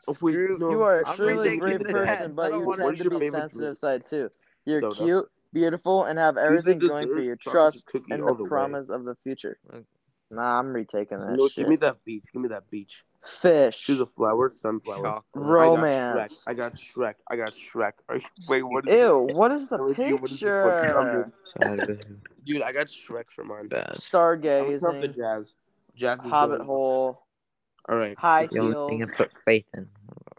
[SPEAKER 2] Oh, wait,
[SPEAKER 4] Screw-
[SPEAKER 2] no.
[SPEAKER 5] You are a
[SPEAKER 4] I'm
[SPEAKER 5] truly
[SPEAKER 4] retaking
[SPEAKER 5] great
[SPEAKER 4] the
[SPEAKER 5] person,
[SPEAKER 4] test. I
[SPEAKER 5] but
[SPEAKER 4] don't
[SPEAKER 5] you
[SPEAKER 4] want
[SPEAKER 5] tend
[SPEAKER 2] to
[SPEAKER 5] to
[SPEAKER 2] do
[SPEAKER 5] be
[SPEAKER 2] it.
[SPEAKER 5] sensitive side too. You're
[SPEAKER 2] Soda.
[SPEAKER 5] cute, beautiful, and have everything going for
[SPEAKER 2] dessert,
[SPEAKER 5] you.
[SPEAKER 2] chocolate
[SPEAKER 5] Trust
[SPEAKER 2] chip cookie
[SPEAKER 5] and
[SPEAKER 2] all
[SPEAKER 5] the
[SPEAKER 2] the way.
[SPEAKER 5] promise of the future.
[SPEAKER 4] Okay.
[SPEAKER 5] Nah, I'm retaking that
[SPEAKER 2] No,
[SPEAKER 5] shit.
[SPEAKER 2] give me that beach. Give me that beach.
[SPEAKER 5] Fish.
[SPEAKER 2] Choose a flower, sunflower.
[SPEAKER 4] Chocolate.
[SPEAKER 5] Romance.
[SPEAKER 2] I got Shrek. I got Shrek. I got Shrek. Are you, wait, what is
[SPEAKER 5] Ew, what is the
[SPEAKER 2] What is this- what is this one? I'm
[SPEAKER 5] picture?
[SPEAKER 2] doing- this? Dude, I got Shrek for mine.
[SPEAKER 4] Best.
[SPEAKER 2] I'm gonna count the
[SPEAKER 5] Stargazing,
[SPEAKER 2] jazz. Jazz is
[SPEAKER 5] Hobbit
[SPEAKER 2] going.
[SPEAKER 5] Hole,
[SPEAKER 2] All right,
[SPEAKER 5] High
[SPEAKER 4] It's the only thing I
[SPEAKER 5] Heels,
[SPEAKER 4] put faith in.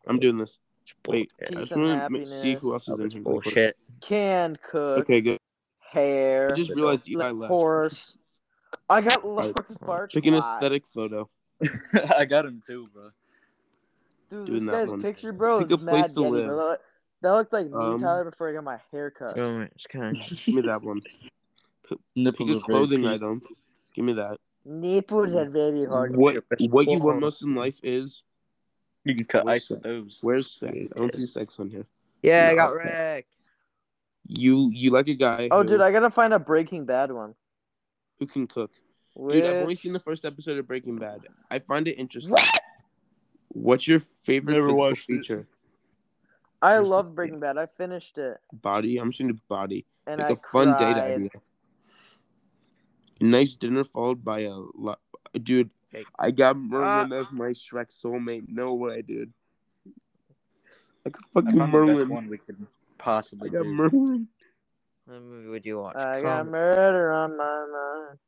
[SPEAKER 2] I'm doing this.
[SPEAKER 4] It's
[SPEAKER 2] Wait,
[SPEAKER 4] bullshit.
[SPEAKER 2] I
[SPEAKER 5] Peace
[SPEAKER 2] just
[SPEAKER 5] and
[SPEAKER 2] want to see
[SPEAKER 5] Happiness,
[SPEAKER 2] who else
[SPEAKER 4] That
[SPEAKER 2] is in
[SPEAKER 4] was
[SPEAKER 2] here.
[SPEAKER 4] bullshit.
[SPEAKER 5] Canned Cook,
[SPEAKER 2] Okay, good.
[SPEAKER 5] Hair,
[SPEAKER 2] I just realized Eli left.
[SPEAKER 5] Horse. I got Lars Barkley.
[SPEAKER 2] Chicken aesthetic photo.
[SPEAKER 6] (laughs) I got him too, bro.
[SPEAKER 5] Dude,
[SPEAKER 2] doing
[SPEAKER 5] this
[SPEAKER 2] that
[SPEAKER 5] guy's
[SPEAKER 2] one.
[SPEAKER 5] picture, bro,
[SPEAKER 2] Pick
[SPEAKER 5] is
[SPEAKER 2] a place to
[SPEAKER 5] mad Yeti,
[SPEAKER 2] live.
[SPEAKER 5] bro. That, look- that looked like me,
[SPEAKER 2] Um,
[SPEAKER 5] Tyler, before I got my hair cut.
[SPEAKER 4] Romance kind.
[SPEAKER 2] (laughs) Give me that
[SPEAKER 4] (laughs)
[SPEAKER 2] one. Pick
[SPEAKER 6] Nipples
[SPEAKER 2] a
[SPEAKER 6] are very
[SPEAKER 2] clothing
[SPEAKER 6] pink.
[SPEAKER 2] item. Give me that.
[SPEAKER 5] Nipples are very hard.
[SPEAKER 2] What
[SPEAKER 4] Best
[SPEAKER 2] what you
[SPEAKER 4] one.
[SPEAKER 2] want most in life is
[SPEAKER 6] You can cut
[SPEAKER 2] Where's
[SPEAKER 6] ice with those.
[SPEAKER 2] where's sex? I don't see sex on here.
[SPEAKER 4] Yeah, I
[SPEAKER 2] No.
[SPEAKER 4] got Rick.
[SPEAKER 2] You you like a guy
[SPEAKER 5] Oh,
[SPEAKER 2] who,
[SPEAKER 5] dude, I gotta find a Breaking Bad one.
[SPEAKER 2] who can cook.
[SPEAKER 5] Which...
[SPEAKER 2] Dude, I've only seen the first episode of Breaking Bad. I find it interesting.
[SPEAKER 5] What?
[SPEAKER 2] What's your favorite
[SPEAKER 6] Never
[SPEAKER 2] physical
[SPEAKER 6] watched it.
[SPEAKER 2] feature?
[SPEAKER 5] I love Breaking Bad. I finished it,
[SPEAKER 2] Body. I'm seeing the body.
[SPEAKER 5] and
[SPEAKER 2] like
[SPEAKER 5] I
[SPEAKER 2] a fun date
[SPEAKER 5] cried.
[SPEAKER 2] idea. Nice dinner followed by a lo- dude.
[SPEAKER 4] Cake.
[SPEAKER 2] I got Merlin
[SPEAKER 6] Uh,
[SPEAKER 2] as my Shrek soulmate. No way, dude. Like a
[SPEAKER 6] I
[SPEAKER 2] fucking
[SPEAKER 6] found the best
[SPEAKER 2] Merlin.
[SPEAKER 6] one we could
[SPEAKER 2] I
[SPEAKER 6] possibly
[SPEAKER 2] got
[SPEAKER 6] do.
[SPEAKER 2] Merlin.
[SPEAKER 4] What movie would you watch?
[SPEAKER 5] I got
[SPEAKER 4] Come.
[SPEAKER 5] murder on my mind.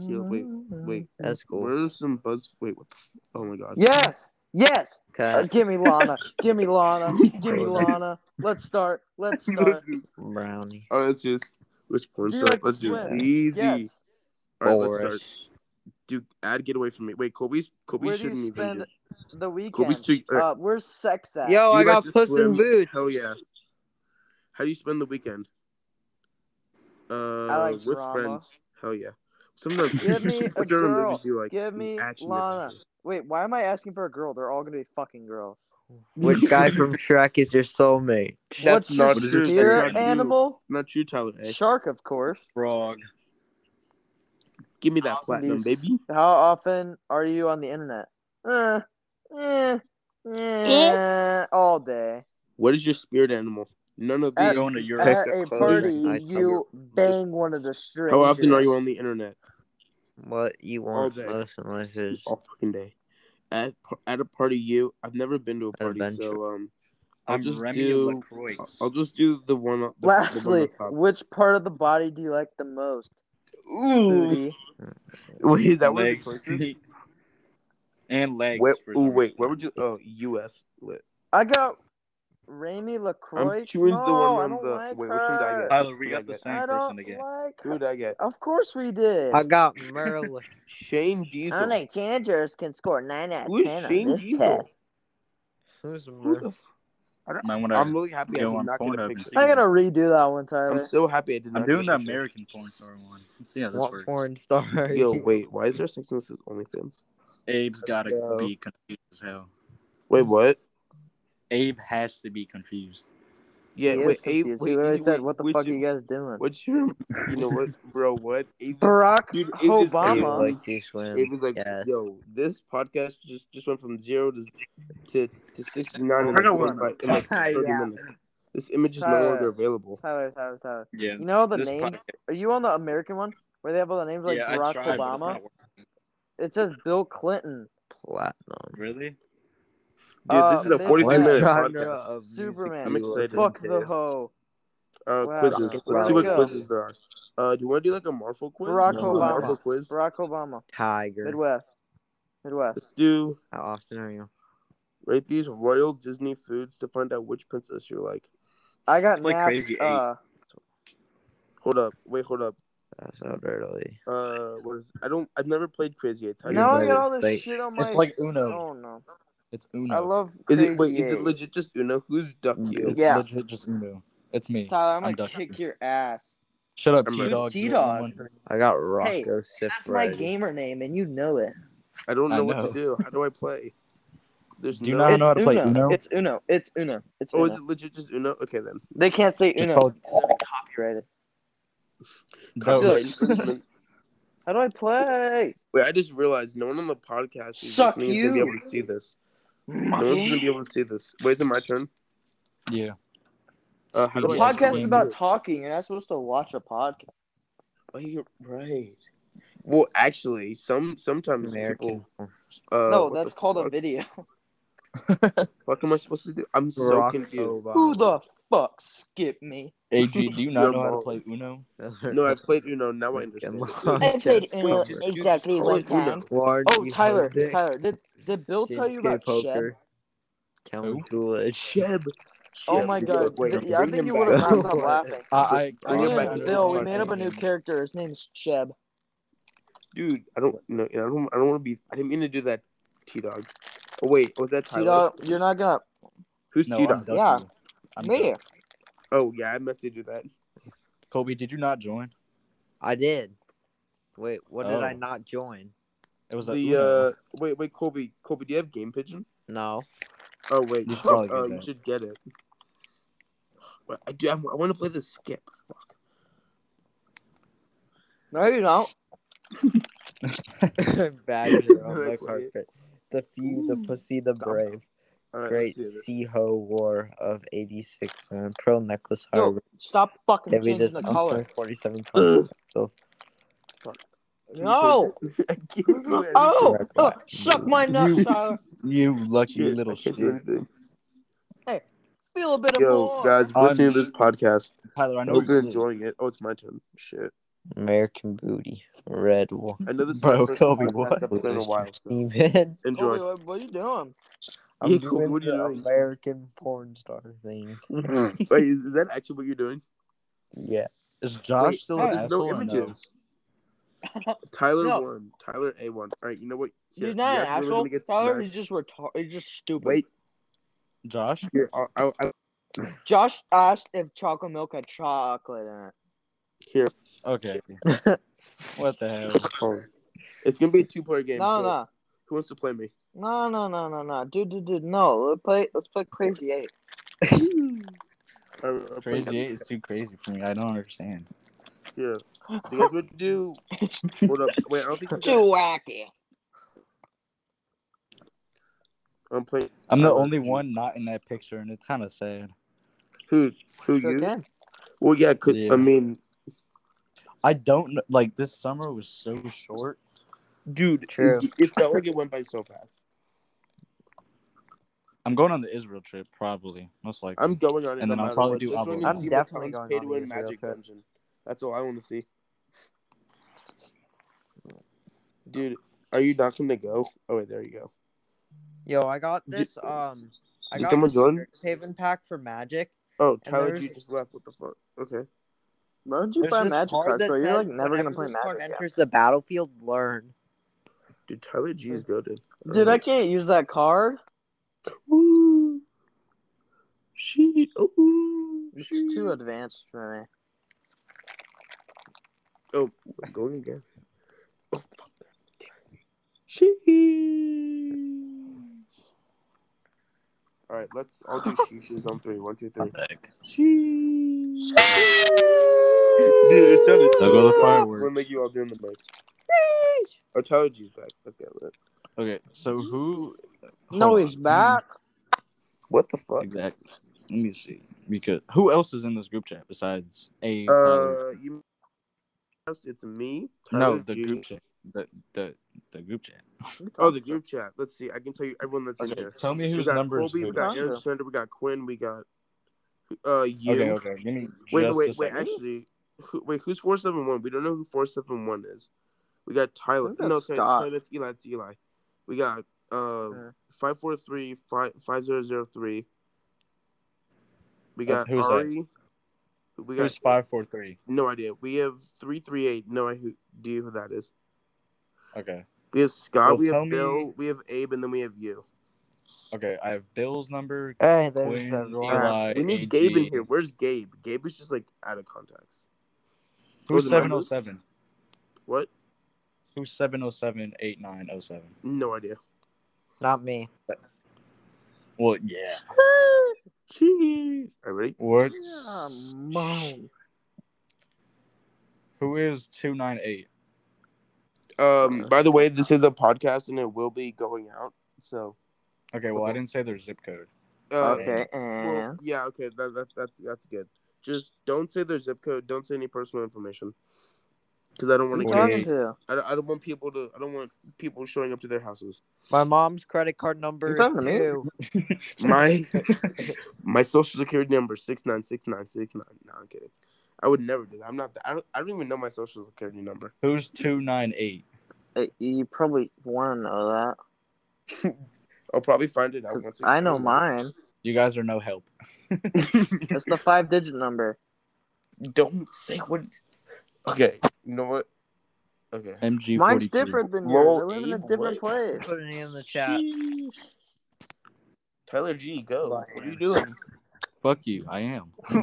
[SPEAKER 2] Uh, here, wait,
[SPEAKER 5] Mm-hmm.
[SPEAKER 2] wait.
[SPEAKER 4] That's cool.
[SPEAKER 2] Where's some buzz? Wait, what the? F- oh my god. (laughs)
[SPEAKER 5] Yes, yes. Uh,
[SPEAKER 4] Cause
[SPEAKER 5] give me Lana. give me Lana. Give me
[SPEAKER 4] Frozen.
[SPEAKER 5] Lana. Let's start. Let's
[SPEAKER 2] (laughs)
[SPEAKER 5] start.
[SPEAKER 4] brownie.
[SPEAKER 2] oh, let's just which porn
[SPEAKER 5] Do you
[SPEAKER 2] star?
[SPEAKER 5] like to
[SPEAKER 2] let's do it.
[SPEAKER 5] swim?
[SPEAKER 2] easy.
[SPEAKER 5] Yes.
[SPEAKER 2] All right, let's start.
[SPEAKER 4] Boris.
[SPEAKER 2] Dude, ad get away from me. Wait, Kobe's
[SPEAKER 5] Where
[SPEAKER 2] Kobe's
[SPEAKER 5] do you
[SPEAKER 2] shooting me.
[SPEAKER 5] spend-
[SPEAKER 2] Avengers.
[SPEAKER 5] The
[SPEAKER 2] Kobe's
[SPEAKER 5] weekend.
[SPEAKER 2] too. all right.
[SPEAKER 5] Uh, where's sex at?
[SPEAKER 4] Yo,
[SPEAKER 2] Do
[SPEAKER 4] Oh, I
[SPEAKER 2] you like
[SPEAKER 4] got
[SPEAKER 2] to
[SPEAKER 4] Puss in
[SPEAKER 2] swim?
[SPEAKER 4] Boots.
[SPEAKER 2] Hell yeah. How do you spend the weekend? Uh,
[SPEAKER 5] like
[SPEAKER 2] with
[SPEAKER 5] drama.
[SPEAKER 2] friends. Hell yeah. Sometimes. (laughs)
[SPEAKER 5] Give me
[SPEAKER 2] what
[SPEAKER 5] a
[SPEAKER 2] genre
[SPEAKER 5] girl.
[SPEAKER 2] movies do you like?
[SPEAKER 5] Give me
[SPEAKER 2] action
[SPEAKER 5] Lana.
[SPEAKER 2] movies.
[SPEAKER 5] Wait, why am I asking for a girl? They're all gonna be fucking girls.
[SPEAKER 4] Which
[SPEAKER 2] (laughs)
[SPEAKER 4] guy from Shrek is your soulmate?
[SPEAKER 2] That's
[SPEAKER 5] What's your
[SPEAKER 2] not true.
[SPEAKER 5] spirit
[SPEAKER 2] That's not
[SPEAKER 5] animal?
[SPEAKER 2] True. Not true, Tyler. eh?
[SPEAKER 5] Shark, of course.
[SPEAKER 6] Frog.
[SPEAKER 2] Give me that
[SPEAKER 5] Do you
[SPEAKER 2] platinum,
[SPEAKER 5] s-
[SPEAKER 2] baby.
[SPEAKER 5] How often are you on the internet? Uh, eh, eh, all day.
[SPEAKER 2] What is your spirit animal? None of these.
[SPEAKER 5] At-
[SPEAKER 6] Going to Europe.
[SPEAKER 5] At
[SPEAKER 4] Pick
[SPEAKER 5] a
[SPEAKER 4] a clothes
[SPEAKER 5] party,
[SPEAKER 4] and I tell
[SPEAKER 5] you bang one of the strangers.
[SPEAKER 2] How often are you on the internet?
[SPEAKER 4] What you
[SPEAKER 2] All
[SPEAKER 4] want
[SPEAKER 2] day.
[SPEAKER 4] most in life is
[SPEAKER 2] All fucking day. At par- at a party, you. I've never been to a party,
[SPEAKER 4] adventure.
[SPEAKER 2] so um, I'll
[SPEAKER 6] I'm
[SPEAKER 2] just
[SPEAKER 6] Remy
[SPEAKER 2] do.
[SPEAKER 6] LaCroix.
[SPEAKER 2] I'll just do the one. The, the one
[SPEAKER 5] Lastly,
[SPEAKER 2] up top.
[SPEAKER 5] which part of the body do you like the most?
[SPEAKER 2] Ooh.
[SPEAKER 5] Booty.
[SPEAKER 2] Wait, is that one of the
[SPEAKER 6] (laughs) legs.
[SPEAKER 2] choices?
[SPEAKER 6] and legs.
[SPEAKER 2] Where,
[SPEAKER 6] for
[SPEAKER 2] ooh,
[SPEAKER 6] some
[SPEAKER 2] wait,
[SPEAKER 6] reason.
[SPEAKER 2] where would you? Oh, U.S. lit.
[SPEAKER 5] I got Rami LaCroix.
[SPEAKER 2] I'm chewing
[SPEAKER 5] no,
[SPEAKER 2] the one
[SPEAKER 5] I
[SPEAKER 2] on
[SPEAKER 5] don't
[SPEAKER 2] the.
[SPEAKER 5] like
[SPEAKER 2] wait, which one did I
[SPEAKER 5] her.
[SPEAKER 2] get?
[SPEAKER 6] Tyler, we
[SPEAKER 2] Who
[SPEAKER 6] got
[SPEAKER 2] did
[SPEAKER 6] the
[SPEAKER 2] I
[SPEAKER 6] same
[SPEAKER 5] I
[SPEAKER 6] person
[SPEAKER 5] don't
[SPEAKER 6] again.
[SPEAKER 5] like
[SPEAKER 2] Who
[SPEAKER 5] her.
[SPEAKER 2] did I get?
[SPEAKER 5] Of course we did.
[SPEAKER 4] I got Merlin.
[SPEAKER 2] Shane
[SPEAKER 5] I
[SPEAKER 2] Diesel.
[SPEAKER 5] don't think teenagers can score nine out
[SPEAKER 2] Who
[SPEAKER 5] of
[SPEAKER 2] is
[SPEAKER 5] ten
[SPEAKER 2] Shane
[SPEAKER 5] on this
[SPEAKER 2] Diesel?
[SPEAKER 5] test.
[SPEAKER 4] Who's
[SPEAKER 2] Who the?
[SPEAKER 4] Merlin?
[SPEAKER 2] F- I don't,
[SPEAKER 6] Man, when I
[SPEAKER 2] I'm really happy I
[SPEAKER 6] go
[SPEAKER 2] did
[SPEAKER 6] on
[SPEAKER 2] not get a
[SPEAKER 6] Pornhub and
[SPEAKER 2] picture.
[SPEAKER 6] see-
[SPEAKER 5] I gotta redo that one, Tyler.
[SPEAKER 2] I'm so happy I did not.
[SPEAKER 6] I'm doing
[SPEAKER 2] get a
[SPEAKER 6] that
[SPEAKER 2] picture.
[SPEAKER 6] American porn star one. Let's see how this
[SPEAKER 4] What
[SPEAKER 6] works.
[SPEAKER 4] porn star (laughs) are
[SPEAKER 2] Yo,
[SPEAKER 4] you?
[SPEAKER 2] wait, why is there sex with his OnlyFans?
[SPEAKER 6] Abe's gotta
[SPEAKER 4] Yo.
[SPEAKER 6] be confused as hell.
[SPEAKER 2] Wait, what?
[SPEAKER 6] Abe has to be confused.
[SPEAKER 2] Yeah,
[SPEAKER 5] he
[SPEAKER 2] wait,
[SPEAKER 5] is
[SPEAKER 2] Abe,
[SPEAKER 5] confused.
[SPEAKER 2] wait,
[SPEAKER 5] he literally
[SPEAKER 2] wait,
[SPEAKER 5] said, "What the
[SPEAKER 2] wait,
[SPEAKER 5] fuck are
[SPEAKER 2] you-
[SPEAKER 5] you guys doing?"
[SPEAKER 2] What's your? You know what, bro? What? Abe is,
[SPEAKER 5] Barack
[SPEAKER 2] dude, Abe is
[SPEAKER 4] Do you
[SPEAKER 5] Obama.
[SPEAKER 4] like to swim?
[SPEAKER 2] Abe was like,
[SPEAKER 4] Yes.
[SPEAKER 2] "Yo, this podcast just just went from zero to to, to sixty nine in
[SPEAKER 6] We're
[SPEAKER 2] like,
[SPEAKER 6] gonna
[SPEAKER 2] one,
[SPEAKER 6] run
[SPEAKER 2] by- in (laughs) like thirty
[SPEAKER 4] Yeah.
[SPEAKER 2] minutes. This image is no
[SPEAKER 5] Tyler.
[SPEAKER 2] longer available."
[SPEAKER 5] Tyler, Tyler, Tyler.
[SPEAKER 6] Yeah.
[SPEAKER 5] You know the
[SPEAKER 6] this
[SPEAKER 5] name?
[SPEAKER 6] podcast-
[SPEAKER 5] Are you on the American one where they have all the names like
[SPEAKER 6] yeah, I
[SPEAKER 5] Barack
[SPEAKER 6] tried, but it's
[SPEAKER 5] Obama?
[SPEAKER 6] not working.
[SPEAKER 5] It says Bill Clinton,
[SPEAKER 4] Platinum.
[SPEAKER 6] Really?
[SPEAKER 2] Dude,
[SPEAKER 5] Uh,
[SPEAKER 2] this is a
[SPEAKER 5] Big
[SPEAKER 2] forty three
[SPEAKER 5] Mac.
[SPEAKER 2] minute
[SPEAKER 4] genre
[SPEAKER 2] podcast.
[SPEAKER 4] of uh, music
[SPEAKER 5] Superman.
[SPEAKER 4] do
[SPEAKER 2] I'm
[SPEAKER 4] you
[SPEAKER 2] excited.
[SPEAKER 4] listen
[SPEAKER 5] Fuck
[SPEAKER 2] to
[SPEAKER 5] the
[SPEAKER 2] this.
[SPEAKER 5] hoe.
[SPEAKER 2] Uh,
[SPEAKER 5] Wow.
[SPEAKER 2] quizzes. Let's see
[SPEAKER 5] Here we
[SPEAKER 2] what
[SPEAKER 5] go.
[SPEAKER 2] quizzes there are. Uh, do you want to do like a Marvel quiz?
[SPEAKER 5] Barack
[SPEAKER 2] Let's do a
[SPEAKER 5] Obama.
[SPEAKER 2] Marvel quiz.
[SPEAKER 5] Barack Obama.
[SPEAKER 4] Tiger.
[SPEAKER 5] Midwest. Midwest.
[SPEAKER 2] Let's do
[SPEAKER 4] How often are you?
[SPEAKER 2] rate these royal Disney foods to find out which princess you're like.
[SPEAKER 5] I got
[SPEAKER 6] It's like
[SPEAKER 5] Naps-
[SPEAKER 6] crazy eight.
[SPEAKER 5] uh,
[SPEAKER 2] Hold up, wait, hold up.
[SPEAKER 4] That's not early.
[SPEAKER 2] Uh, what is? I don't. I've never played Crazy Eight. How do you
[SPEAKER 5] Now
[SPEAKER 2] play
[SPEAKER 5] I got
[SPEAKER 2] it?
[SPEAKER 5] all this
[SPEAKER 4] Fake.
[SPEAKER 5] shit on my.
[SPEAKER 6] It's like Uno.
[SPEAKER 5] Oh no.
[SPEAKER 6] It's
[SPEAKER 5] I
[SPEAKER 6] Uno.
[SPEAKER 5] love.
[SPEAKER 2] Is
[SPEAKER 5] Crazy
[SPEAKER 2] it wait? Is it
[SPEAKER 5] Eight.
[SPEAKER 2] legit just Uno? Who's duck you?
[SPEAKER 6] It's
[SPEAKER 5] Yeah.
[SPEAKER 6] legit just Uno. It's me.
[SPEAKER 5] Tyler, I'm,
[SPEAKER 6] I'm
[SPEAKER 5] gonna
[SPEAKER 6] done.
[SPEAKER 5] kick your ass.
[SPEAKER 6] Shut up,
[SPEAKER 2] Who's
[SPEAKER 6] T Dog.
[SPEAKER 5] T-Dog?
[SPEAKER 4] I got Rocco
[SPEAKER 5] Hey,
[SPEAKER 4] Siffredi.
[SPEAKER 5] That's my gamer name, and you know it.
[SPEAKER 2] I don't
[SPEAKER 6] I
[SPEAKER 2] know, what
[SPEAKER 6] know.
[SPEAKER 2] to do. How do I play? There's
[SPEAKER 6] Do
[SPEAKER 2] no.
[SPEAKER 6] not I don't know how to play
[SPEAKER 5] Uno.
[SPEAKER 6] Uno.
[SPEAKER 5] It's Uno. It's Uno. It's
[SPEAKER 2] Oh,
[SPEAKER 5] Uno.
[SPEAKER 2] is it legit just Uno? Okay then.
[SPEAKER 5] They can't say
[SPEAKER 6] Just
[SPEAKER 5] Uno.
[SPEAKER 6] called- Oh.
[SPEAKER 5] because that'd be copyrighted. Dude.
[SPEAKER 6] No.
[SPEAKER 2] Copyright infringement.
[SPEAKER 5] How do I play?
[SPEAKER 2] Wait, I just realized no one on the podcast is
[SPEAKER 5] Suck
[SPEAKER 2] listening is gonna be
[SPEAKER 5] you.
[SPEAKER 2] able to see this. No one's gonna be
[SPEAKER 5] Monkey.
[SPEAKER 2] able to see this. Wait, is it my turn?
[SPEAKER 6] Yeah.
[SPEAKER 2] Uh, how do I?
[SPEAKER 6] Speaking of
[SPEAKER 5] Podcast is about talking. You're not supposed to watch a podcast.
[SPEAKER 2] Oh, you're right. Well, actually, some sometimes
[SPEAKER 4] American.
[SPEAKER 2] people. Uh,
[SPEAKER 5] no,
[SPEAKER 2] what the
[SPEAKER 5] that's called a
[SPEAKER 2] fuck?
[SPEAKER 5] video.
[SPEAKER 2] What am I supposed to do? I'm so
[SPEAKER 4] Barack
[SPEAKER 2] confused.
[SPEAKER 5] Who
[SPEAKER 4] Obama.
[SPEAKER 5] the fuck skipped me?
[SPEAKER 6] AG, do you
[SPEAKER 2] You're
[SPEAKER 6] not know how to
[SPEAKER 2] wrong.
[SPEAKER 6] play Uno?
[SPEAKER 4] (laughs)
[SPEAKER 2] No, I played Uno. Now I understand.
[SPEAKER 4] Lincoln
[SPEAKER 7] I
[SPEAKER 4] Logs,
[SPEAKER 7] played Uno
[SPEAKER 2] Just-
[SPEAKER 7] exactly
[SPEAKER 2] just
[SPEAKER 7] one
[SPEAKER 2] call it Uno.
[SPEAKER 7] time.
[SPEAKER 4] Lord
[SPEAKER 5] Oh,
[SPEAKER 4] G.
[SPEAKER 5] Tyler.
[SPEAKER 4] Hunter,
[SPEAKER 5] Tyler, did did Bill tell you
[SPEAKER 4] Shinsuke
[SPEAKER 5] about Sheb?
[SPEAKER 4] poker? Calvin
[SPEAKER 6] Who?
[SPEAKER 4] Coolidge.
[SPEAKER 2] Jeb.
[SPEAKER 5] Oh
[SPEAKER 2] Jeb,
[SPEAKER 5] my
[SPEAKER 2] look,
[SPEAKER 5] god.
[SPEAKER 2] wait,
[SPEAKER 5] Th- yeah, I
[SPEAKER 2] bring
[SPEAKER 5] think
[SPEAKER 2] him
[SPEAKER 5] you
[SPEAKER 2] back.
[SPEAKER 5] would have
[SPEAKER 2] (laughs)
[SPEAKER 4] back.
[SPEAKER 5] wrapped
[SPEAKER 6] (laughs)
[SPEAKER 5] up laughing.
[SPEAKER 6] I I, I
[SPEAKER 2] Bring
[SPEAKER 5] Me
[SPEAKER 2] him back into
[SPEAKER 5] and
[SPEAKER 6] understand.
[SPEAKER 5] Bill, we
[SPEAKER 2] podcast
[SPEAKER 5] made up a new
[SPEAKER 6] again.
[SPEAKER 5] character. His name's Sheb.
[SPEAKER 2] Dude, I don't know. I don't. I don't want to be. I didn't mean to do that. T dog. Oh wait, was that Tyler?
[SPEAKER 5] T-Dog, you're not gonna.
[SPEAKER 2] Who's
[SPEAKER 6] No,
[SPEAKER 2] T
[SPEAKER 6] I'm
[SPEAKER 2] dog?
[SPEAKER 6] Ducky.
[SPEAKER 5] Yeah.
[SPEAKER 6] I'm
[SPEAKER 5] Me.
[SPEAKER 6] Ducky.
[SPEAKER 2] Oh yeah, I meant to do that.
[SPEAKER 6] Kobe, did you not join?
[SPEAKER 4] I did. Wait, what did I
[SPEAKER 6] Oh.
[SPEAKER 4] not join?
[SPEAKER 6] It was a
[SPEAKER 2] The
[SPEAKER 6] Uno.
[SPEAKER 2] uh, wait, wait, Colby, Colby, do you have Game Pigeon?
[SPEAKER 4] No. (laughs)
[SPEAKER 2] Oh wait,
[SPEAKER 6] You should probably get
[SPEAKER 2] uh, you
[SPEAKER 6] that.
[SPEAKER 2] should get it. But I do. I, want to play the skip. Fuck.
[SPEAKER 5] No, you don't.
[SPEAKER 2] (laughs)
[SPEAKER 4] Badger on
[SPEAKER 2] Like
[SPEAKER 4] the
[SPEAKER 2] what?
[SPEAKER 4] carpet. The few, the pussy, the brave.
[SPEAKER 2] All right,
[SPEAKER 4] Great
[SPEAKER 2] let's do this.
[SPEAKER 4] Sea Ho War of 86 and Pearl Necklace
[SPEAKER 5] Yo,
[SPEAKER 4] Harbor.
[SPEAKER 5] stop fucking
[SPEAKER 4] David
[SPEAKER 5] changing
[SPEAKER 4] is
[SPEAKER 5] the color.
[SPEAKER 4] 47
[SPEAKER 2] Ugh.
[SPEAKER 4] points.
[SPEAKER 2] Can you
[SPEAKER 5] (laughs) No.
[SPEAKER 2] change it? (laughs) I
[SPEAKER 5] (laughs)
[SPEAKER 2] can't do anything.
[SPEAKER 5] Oh,
[SPEAKER 4] Right
[SPEAKER 5] oh,
[SPEAKER 4] back.
[SPEAKER 5] suck my nut,
[SPEAKER 6] You-
[SPEAKER 5] Tyler.
[SPEAKER 6] You lucky
[SPEAKER 2] Shit,
[SPEAKER 6] little
[SPEAKER 2] I can't do
[SPEAKER 6] shit.
[SPEAKER 2] anything.
[SPEAKER 5] Feel a bit of
[SPEAKER 2] Yo,
[SPEAKER 5] more.
[SPEAKER 2] guys,
[SPEAKER 6] I'm-
[SPEAKER 2] listening to this podcast.
[SPEAKER 6] Tyler, I
[SPEAKER 2] I
[SPEAKER 6] know
[SPEAKER 2] hope
[SPEAKER 6] you
[SPEAKER 2] you're
[SPEAKER 6] did.
[SPEAKER 2] enjoying it. Oh, it's my turn. Shit.
[SPEAKER 4] American Booty. Red Wolf.
[SPEAKER 2] I know this is
[SPEAKER 6] Bro,
[SPEAKER 2] my first
[SPEAKER 6] Kobe,
[SPEAKER 2] podcast
[SPEAKER 6] what?
[SPEAKER 2] episode in a while. So
[SPEAKER 4] Steven.
[SPEAKER 5] Kobe,
[SPEAKER 2] enjoy.
[SPEAKER 5] what, what are you doing?
[SPEAKER 4] I'm
[SPEAKER 2] Yeah, Kobe,
[SPEAKER 4] doing
[SPEAKER 2] what are you
[SPEAKER 4] the
[SPEAKER 2] doing?
[SPEAKER 4] American porn star thing.
[SPEAKER 2] (laughs) Wait, is that actually what you're doing?
[SPEAKER 4] Yeah.
[SPEAKER 6] Is Josh
[SPEAKER 2] Wait,
[SPEAKER 6] still
[SPEAKER 2] oh,
[SPEAKER 6] an
[SPEAKER 2] there's
[SPEAKER 6] asshole
[SPEAKER 2] no
[SPEAKER 6] or
[SPEAKER 2] images. Tyler
[SPEAKER 5] No.
[SPEAKER 2] one, Tyler A one. All right, you know what? Here,
[SPEAKER 5] You're not an
[SPEAKER 2] guys really
[SPEAKER 5] asshole.
[SPEAKER 2] gonna get
[SPEAKER 5] Tyler,
[SPEAKER 2] smacked.
[SPEAKER 5] you're just retarded. You're just stupid.
[SPEAKER 2] Wait,
[SPEAKER 6] Josh?
[SPEAKER 2] here, I'll, I'll, I'll,
[SPEAKER 5] Josh asked if chocolate milk had chocolate in it.
[SPEAKER 2] here.
[SPEAKER 5] (laughs)
[SPEAKER 6] Okay. what the hell?
[SPEAKER 2] hold on. It's gonna be a two-player game.
[SPEAKER 5] No,
[SPEAKER 2] so
[SPEAKER 5] no,
[SPEAKER 2] Who wants to play me?
[SPEAKER 5] no, no, no, no, no, dude, dude, dude, no. Let's play. Let's play Crazy Eight. (laughs)
[SPEAKER 2] i I'll Uh, play
[SPEAKER 6] Crazy 8 is too crazy for me. I don't understand.
[SPEAKER 2] Yeah. You guys would do. (laughs) Hold up. Wait, I don't think you
[SPEAKER 5] Too
[SPEAKER 2] guys.
[SPEAKER 5] wacky.
[SPEAKER 2] I'm playing.
[SPEAKER 6] I'm the
[SPEAKER 2] Tyler,
[SPEAKER 6] only
[SPEAKER 2] G.
[SPEAKER 6] one not in that picture, and it's kind of sad.
[SPEAKER 2] Who? Who
[SPEAKER 5] Sure
[SPEAKER 2] you?
[SPEAKER 5] can.
[SPEAKER 2] Well, yeah. Cause
[SPEAKER 6] Yeah.
[SPEAKER 2] I mean,
[SPEAKER 6] I don't know. Like, this summer was so short.
[SPEAKER 2] dude,
[SPEAKER 4] True.
[SPEAKER 2] it, it felt like it went by so fast.
[SPEAKER 6] I'm going on the Israel trip, probably. Most likely.
[SPEAKER 2] I'm going on it.
[SPEAKER 6] And then
[SPEAKER 2] no
[SPEAKER 6] I'll
[SPEAKER 2] matter
[SPEAKER 6] probably
[SPEAKER 2] what,
[SPEAKER 6] do
[SPEAKER 2] just so I
[SPEAKER 6] Abu
[SPEAKER 2] can
[SPEAKER 6] Dhabi.
[SPEAKER 2] see
[SPEAKER 4] I'm
[SPEAKER 2] what
[SPEAKER 4] definitely
[SPEAKER 2] Tyler's
[SPEAKER 4] going
[SPEAKER 2] paid
[SPEAKER 4] on
[SPEAKER 2] to win
[SPEAKER 4] the Israel
[SPEAKER 2] Magic
[SPEAKER 4] trip.
[SPEAKER 2] Dungeon. That's all I want to see. Dude, are you not going to go? Oh wait, there you go.
[SPEAKER 4] Yo, I got
[SPEAKER 2] Did-
[SPEAKER 4] this. Um, I
[SPEAKER 2] did
[SPEAKER 4] got
[SPEAKER 2] someone
[SPEAKER 4] this
[SPEAKER 2] join?
[SPEAKER 4] Strixhaven Haven pack for Magic.
[SPEAKER 2] Oh,
[SPEAKER 4] And
[SPEAKER 2] Tyler,
[SPEAKER 4] there's-
[SPEAKER 2] you just left. What the fuck? Okay.
[SPEAKER 5] Why would you
[SPEAKER 4] There's
[SPEAKER 5] buy
[SPEAKER 4] this
[SPEAKER 5] Magic
[SPEAKER 4] card
[SPEAKER 5] cards,
[SPEAKER 4] that
[SPEAKER 5] bro?
[SPEAKER 4] says
[SPEAKER 5] You're like never
[SPEAKER 4] whenever
[SPEAKER 5] gonna play
[SPEAKER 4] this card
[SPEAKER 5] Magic. again.
[SPEAKER 4] enters the battlefield, learn.
[SPEAKER 2] Dude, Tyler G is goaded.
[SPEAKER 5] Dude, I can't use that card.
[SPEAKER 2] Ooh. Shit. Ooh.
[SPEAKER 5] It's
[SPEAKER 2] Shit.
[SPEAKER 5] too advanced for me.
[SPEAKER 2] Oh, I'm going again. Oh, fuck. Sheesh. All right, let's all
[SPEAKER 5] (laughs)
[SPEAKER 2] do sheeshes on three. One, two, three. Sheesh. Dude, it sounded
[SPEAKER 6] There go the
[SPEAKER 2] good.
[SPEAKER 6] fireworks.
[SPEAKER 2] When like you all doing the mics. Oh, Tyler G's back. Okay, look.
[SPEAKER 6] Okay, so who?
[SPEAKER 5] No,
[SPEAKER 6] hold
[SPEAKER 5] he's
[SPEAKER 6] on.
[SPEAKER 5] back.
[SPEAKER 2] What the fuck?
[SPEAKER 6] Exactly. Let me see. Because who else is in this group chat besides A? Tyler?
[SPEAKER 2] Uh, you. It's me.
[SPEAKER 6] no,
[SPEAKER 2] Tyler
[SPEAKER 6] the
[SPEAKER 2] G.
[SPEAKER 6] group chat. The the the group chat.
[SPEAKER 2] Oh, the group chat. Let's see. I can tell you everyone that's in
[SPEAKER 6] Okay,
[SPEAKER 2] here.
[SPEAKER 6] tell me
[SPEAKER 2] We
[SPEAKER 6] whose
[SPEAKER 2] got
[SPEAKER 6] number is
[SPEAKER 2] Colby.
[SPEAKER 6] who.
[SPEAKER 2] We got Aaron
[SPEAKER 5] Number.
[SPEAKER 2] Schneider. We got Quinn. We got uh you.
[SPEAKER 6] Okay, okay. Give me
[SPEAKER 2] Wait, no,
[SPEAKER 6] just a
[SPEAKER 2] wait, wait.
[SPEAKER 6] second.
[SPEAKER 2] Actually, who, wait. Who's four seven one? We don't know who four seven one is. We got
[SPEAKER 5] I
[SPEAKER 2] Tyler.
[SPEAKER 5] think that's
[SPEAKER 2] No, sorry,
[SPEAKER 5] Scott.
[SPEAKER 2] sorry, that's Eli. It's Eli. We got uh
[SPEAKER 5] Yeah.
[SPEAKER 2] five four three five five zero zero three. We
[SPEAKER 6] Uh,
[SPEAKER 2] got
[SPEAKER 6] who's that?
[SPEAKER 2] Ari. We got
[SPEAKER 6] Who's five four three?
[SPEAKER 2] no idea. We have three three eight. No idea who that is.
[SPEAKER 6] Okay,
[SPEAKER 2] We have Scott.
[SPEAKER 6] Well,
[SPEAKER 2] we
[SPEAKER 6] tell
[SPEAKER 2] have
[SPEAKER 6] me-
[SPEAKER 2] Bill. We have Abe, and then we have you.
[SPEAKER 6] okay. I have Bill's number.
[SPEAKER 4] Hey, there's
[SPEAKER 6] Quinn,
[SPEAKER 4] the
[SPEAKER 6] Eli,
[SPEAKER 2] We need
[SPEAKER 6] AG.
[SPEAKER 2] Gabe in here. Where's Gabe? Gabe is just like out of context.
[SPEAKER 6] Who's
[SPEAKER 2] Was it my
[SPEAKER 6] seven
[SPEAKER 2] move?
[SPEAKER 6] oh seven?
[SPEAKER 2] What?
[SPEAKER 6] Who's seven oh seven eight nine oh seven?
[SPEAKER 2] No idea.
[SPEAKER 4] Not me.
[SPEAKER 6] Well, yeah.
[SPEAKER 2] Cheese. All right.
[SPEAKER 6] What's
[SPEAKER 4] Moan.
[SPEAKER 6] who is two nine eight?
[SPEAKER 2] Um. By the way, this is a podcast, and it will be going out. So.
[SPEAKER 6] Okay, well I didn't say their zip code.
[SPEAKER 2] Uh,
[SPEAKER 5] okay,
[SPEAKER 2] Well,
[SPEAKER 5] and
[SPEAKER 2] yeah. Okay. That, that that's that's good. Just don't say their zip code. Don't say any personal information. Because I don't
[SPEAKER 5] who
[SPEAKER 2] want
[SPEAKER 5] are you
[SPEAKER 2] to.
[SPEAKER 6] Forty-eight.
[SPEAKER 5] talking to?
[SPEAKER 2] I don't, I don't want people to. I don't want people showing up to their houses.
[SPEAKER 4] My mom's credit card number
[SPEAKER 5] You
[SPEAKER 4] is
[SPEAKER 5] talking to me?
[SPEAKER 4] two.
[SPEAKER 5] (laughs)
[SPEAKER 2] My my social security number is six nine six nine six nine. No, I'm kidding. I would never do that. I'm not. I don't. I don't even know my social security number.
[SPEAKER 6] Who's two nine eight?
[SPEAKER 5] Uh, You probably want to know that.
[SPEAKER 2] I'll probably find it out
[SPEAKER 5] 'cause
[SPEAKER 2] once.
[SPEAKER 5] I know mine.
[SPEAKER 6] You guys are no help.
[SPEAKER 5] It's the five digit number.
[SPEAKER 2] Don't say what. Okay. You know what? Okay.
[SPEAKER 6] MG
[SPEAKER 5] Mine's
[SPEAKER 6] forty
[SPEAKER 5] different than
[SPEAKER 2] Roll
[SPEAKER 5] yours. I live in a
[SPEAKER 2] Abe
[SPEAKER 5] different place.
[SPEAKER 4] Putting it in the chat.
[SPEAKER 2] Sheesh. Tyler G, go.
[SPEAKER 4] Fire.
[SPEAKER 2] What are you doing?
[SPEAKER 6] Fuck you. I am. You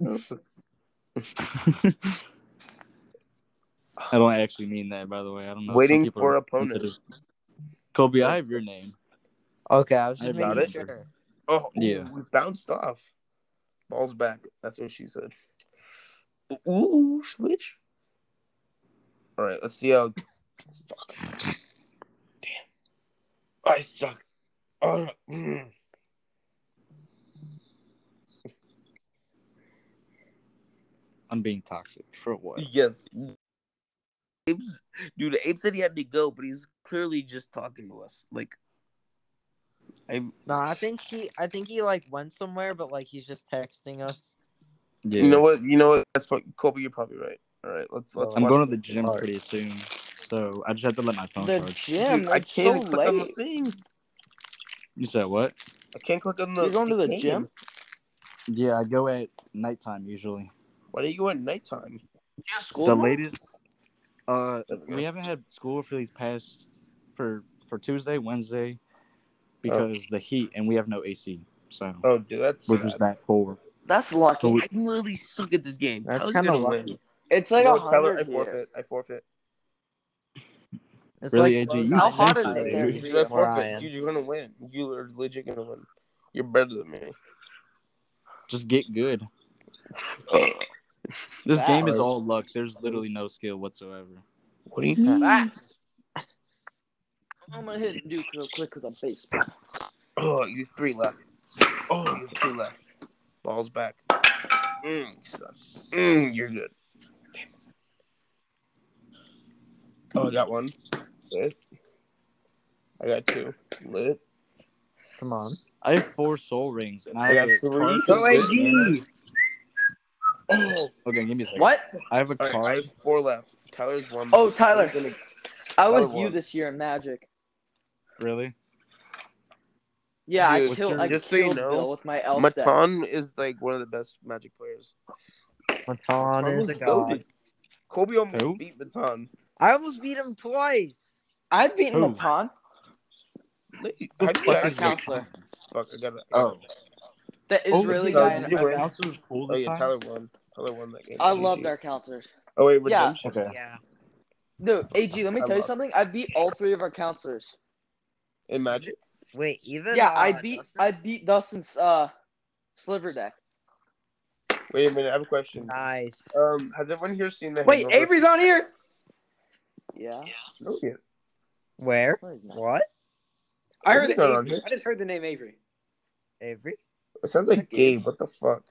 [SPEAKER 6] know. (laughs) I don't actually mean that, by the way. I don't know. if some
[SPEAKER 2] Waiting
[SPEAKER 6] people
[SPEAKER 2] for
[SPEAKER 6] are
[SPEAKER 2] opponents.
[SPEAKER 6] sensitive. Colby, I have your name.
[SPEAKER 4] Okay, I was
[SPEAKER 6] I
[SPEAKER 4] just
[SPEAKER 6] got
[SPEAKER 4] making
[SPEAKER 2] it.
[SPEAKER 4] sure.
[SPEAKER 2] Oh, ooh,
[SPEAKER 6] Yeah.
[SPEAKER 2] we bounced off. Ball's back. That's what she said. Ooh, switch. All right, let's see how. Fuck. Damn. I suck. Oh, mm.
[SPEAKER 6] I'm being toxic. For what?
[SPEAKER 2] yes. Apes, dude, Abe said he had to go, but he's clearly just talking to us. Like, I'm.
[SPEAKER 4] No, I think he, I think he like went somewhere, but like he's just texting us.
[SPEAKER 6] Yeah.
[SPEAKER 2] You know what? You know what? That's what, Kobe. You're probably right. All right, let's let's.
[SPEAKER 6] I'm
[SPEAKER 2] watch
[SPEAKER 6] going
[SPEAKER 2] this.
[SPEAKER 6] to the gym
[SPEAKER 2] All right.
[SPEAKER 6] pretty soon. So I just have to let my phone
[SPEAKER 5] The
[SPEAKER 6] charge.
[SPEAKER 5] gym.
[SPEAKER 2] Dude,
[SPEAKER 5] I can't so
[SPEAKER 2] click on the
[SPEAKER 5] late.
[SPEAKER 2] thing.
[SPEAKER 6] You said what?
[SPEAKER 2] I can't click on the.
[SPEAKER 5] You're going to the gym?
[SPEAKER 6] Yeah, I go at nighttime usually.
[SPEAKER 2] Why do you go at nighttime?
[SPEAKER 5] Yeah, school.
[SPEAKER 6] the
[SPEAKER 5] tomorrow?
[SPEAKER 6] latest uh
[SPEAKER 2] There we go.
[SPEAKER 6] we haven't had school for these past for for Tuesday, Wednesday because the heat and we have no AC. So
[SPEAKER 2] Oh, dude, that's
[SPEAKER 6] we're just that poor.
[SPEAKER 5] That's lucky.
[SPEAKER 6] But we-
[SPEAKER 2] I literally suck at this game.
[SPEAKER 4] That's
[SPEAKER 2] Tyler's
[SPEAKER 4] kinda
[SPEAKER 2] gonna
[SPEAKER 4] lucky.
[SPEAKER 2] win.
[SPEAKER 5] It's
[SPEAKER 2] You
[SPEAKER 5] like
[SPEAKER 2] know
[SPEAKER 5] a
[SPEAKER 2] what, Tyler, I
[SPEAKER 5] hundred here.
[SPEAKER 2] forfeit. I forfeit.
[SPEAKER 4] It's
[SPEAKER 6] Really,
[SPEAKER 4] like
[SPEAKER 6] AJ, you
[SPEAKER 5] How
[SPEAKER 4] nine
[SPEAKER 5] hot
[SPEAKER 4] minutes
[SPEAKER 5] is it
[SPEAKER 4] later,
[SPEAKER 5] there?
[SPEAKER 4] we
[SPEAKER 2] Dude, I
[SPEAKER 5] Yeah,
[SPEAKER 4] where I
[SPEAKER 2] forfeit.
[SPEAKER 4] am.
[SPEAKER 2] Dude, you're gonna win. You are legit gonna win. You're better than me.
[SPEAKER 6] Just get
[SPEAKER 5] (laughs)
[SPEAKER 6] good.
[SPEAKER 2] Ugh.
[SPEAKER 6] This
[SPEAKER 5] Facts.
[SPEAKER 6] game is all luck. There's literally no skill whatsoever.
[SPEAKER 2] What do you mean?
[SPEAKER 5] Facts. I'm gonna hit Duke real quick because I'm face.
[SPEAKER 2] Oh, you have three left. Oh, you have two left. Ball's back. Mm, you suck. Mm, you're good. Damn. Oh, I got one. Lit. I got two. Lit.
[SPEAKER 4] Come on.
[SPEAKER 6] I have four soul rings and
[SPEAKER 2] I
[SPEAKER 6] I, have
[SPEAKER 2] got
[SPEAKER 6] a
[SPEAKER 2] three.
[SPEAKER 6] card.
[SPEAKER 2] Go,
[SPEAKER 6] Lit.
[SPEAKER 2] AG! Oh,
[SPEAKER 6] Okay, give me a second.
[SPEAKER 5] What?
[SPEAKER 6] I have a
[SPEAKER 2] All right, I have
[SPEAKER 6] card.
[SPEAKER 2] four left. Tyler's one.
[SPEAKER 5] Oh, Tyler.
[SPEAKER 2] Tyler's gonna-
[SPEAKER 5] I was
[SPEAKER 2] Tyler
[SPEAKER 5] you
[SPEAKER 2] won.
[SPEAKER 5] this year in Magic.
[SPEAKER 6] Really?
[SPEAKER 5] Yeah, I
[SPEAKER 2] Dude,
[SPEAKER 5] killed. I
[SPEAKER 2] just so you
[SPEAKER 5] killed
[SPEAKER 2] know,
[SPEAKER 5] Bill with my elf deck.
[SPEAKER 2] Matan is like one of the best Magic players.
[SPEAKER 4] Matan
[SPEAKER 2] Matan
[SPEAKER 4] is
[SPEAKER 2] was
[SPEAKER 4] a god.
[SPEAKER 2] goated. Kobe almost
[SPEAKER 6] Who?
[SPEAKER 2] beat Matan.
[SPEAKER 4] I almost beat him twice.
[SPEAKER 5] I beat
[SPEAKER 6] Who?
[SPEAKER 5] Matan.
[SPEAKER 2] Wait,
[SPEAKER 6] Who
[SPEAKER 2] how
[SPEAKER 6] the
[SPEAKER 2] do you
[SPEAKER 6] fuck
[SPEAKER 5] Our
[SPEAKER 6] is
[SPEAKER 2] actually-
[SPEAKER 5] counselor,
[SPEAKER 2] Fuck, I got it.
[SPEAKER 6] Oh.
[SPEAKER 5] the Israeli
[SPEAKER 2] so
[SPEAKER 5] guy.
[SPEAKER 2] did
[SPEAKER 5] in-
[SPEAKER 2] you
[SPEAKER 6] Your
[SPEAKER 2] win?
[SPEAKER 6] house was cool
[SPEAKER 2] Oh
[SPEAKER 6] this
[SPEAKER 2] yeah,
[SPEAKER 6] time?
[SPEAKER 2] Tyler won. Tyler won that game.
[SPEAKER 5] I
[SPEAKER 2] GG.
[SPEAKER 5] loved our counselors.
[SPEAKER 2] Oh wait,
[SPEAKER 5] Yeah.
[SPEAKER 2] redemption.
[SPEAKER 6] Okay.
[SPEAKER 4] Yeah.
[SPEAKER 5] Dude, AG, let me
[SPEAKER 2] I
[SPEAKER 5] tell you
[SPEAKER 2] love-
[SPEAKER 5] something. I beat all three of our counselors.
[SPEAKER 2] In Magic,
[SPEAKER 4] Wait, even
[SPEAKER 5] Yeah,
[SPEAKER 4] uh,
[SPEAKER 5] I beat
[SPEAKER 4] Justin?
[SPEAKER 5] I beat Dustin's uh sliver deck.
[SPEAKER 2] wait a minute. I have a question.
[SPEAKER 4] nice.
[SPEAKER 2] Um, has everyone here seen the?
[SPEAKER 1] Wait,
[SPEAKER 2] Hangover?
[SPEAKER 1] Avery's on here.
[SPEAKER 5] Yeah.
[SPEAKER 2] No, yeah.
[SPEAKER 4] Where?
[SPEAKER 5] No, he's not.
[SPEAKER 4] What?
[SPEAKER 1] I heard
[SPEAKER 2] Avery's
[SPEAKER 1] the
[SPEAKER 2] not on
[SPEAKER 1] Avery.
[SPEAKER 2] here.
[SPEAKER 1] I just heard the name Avery.
[SPEAKER 4] Avery?
[SPEAKER 2] It sounds like Gabe. What the fuck?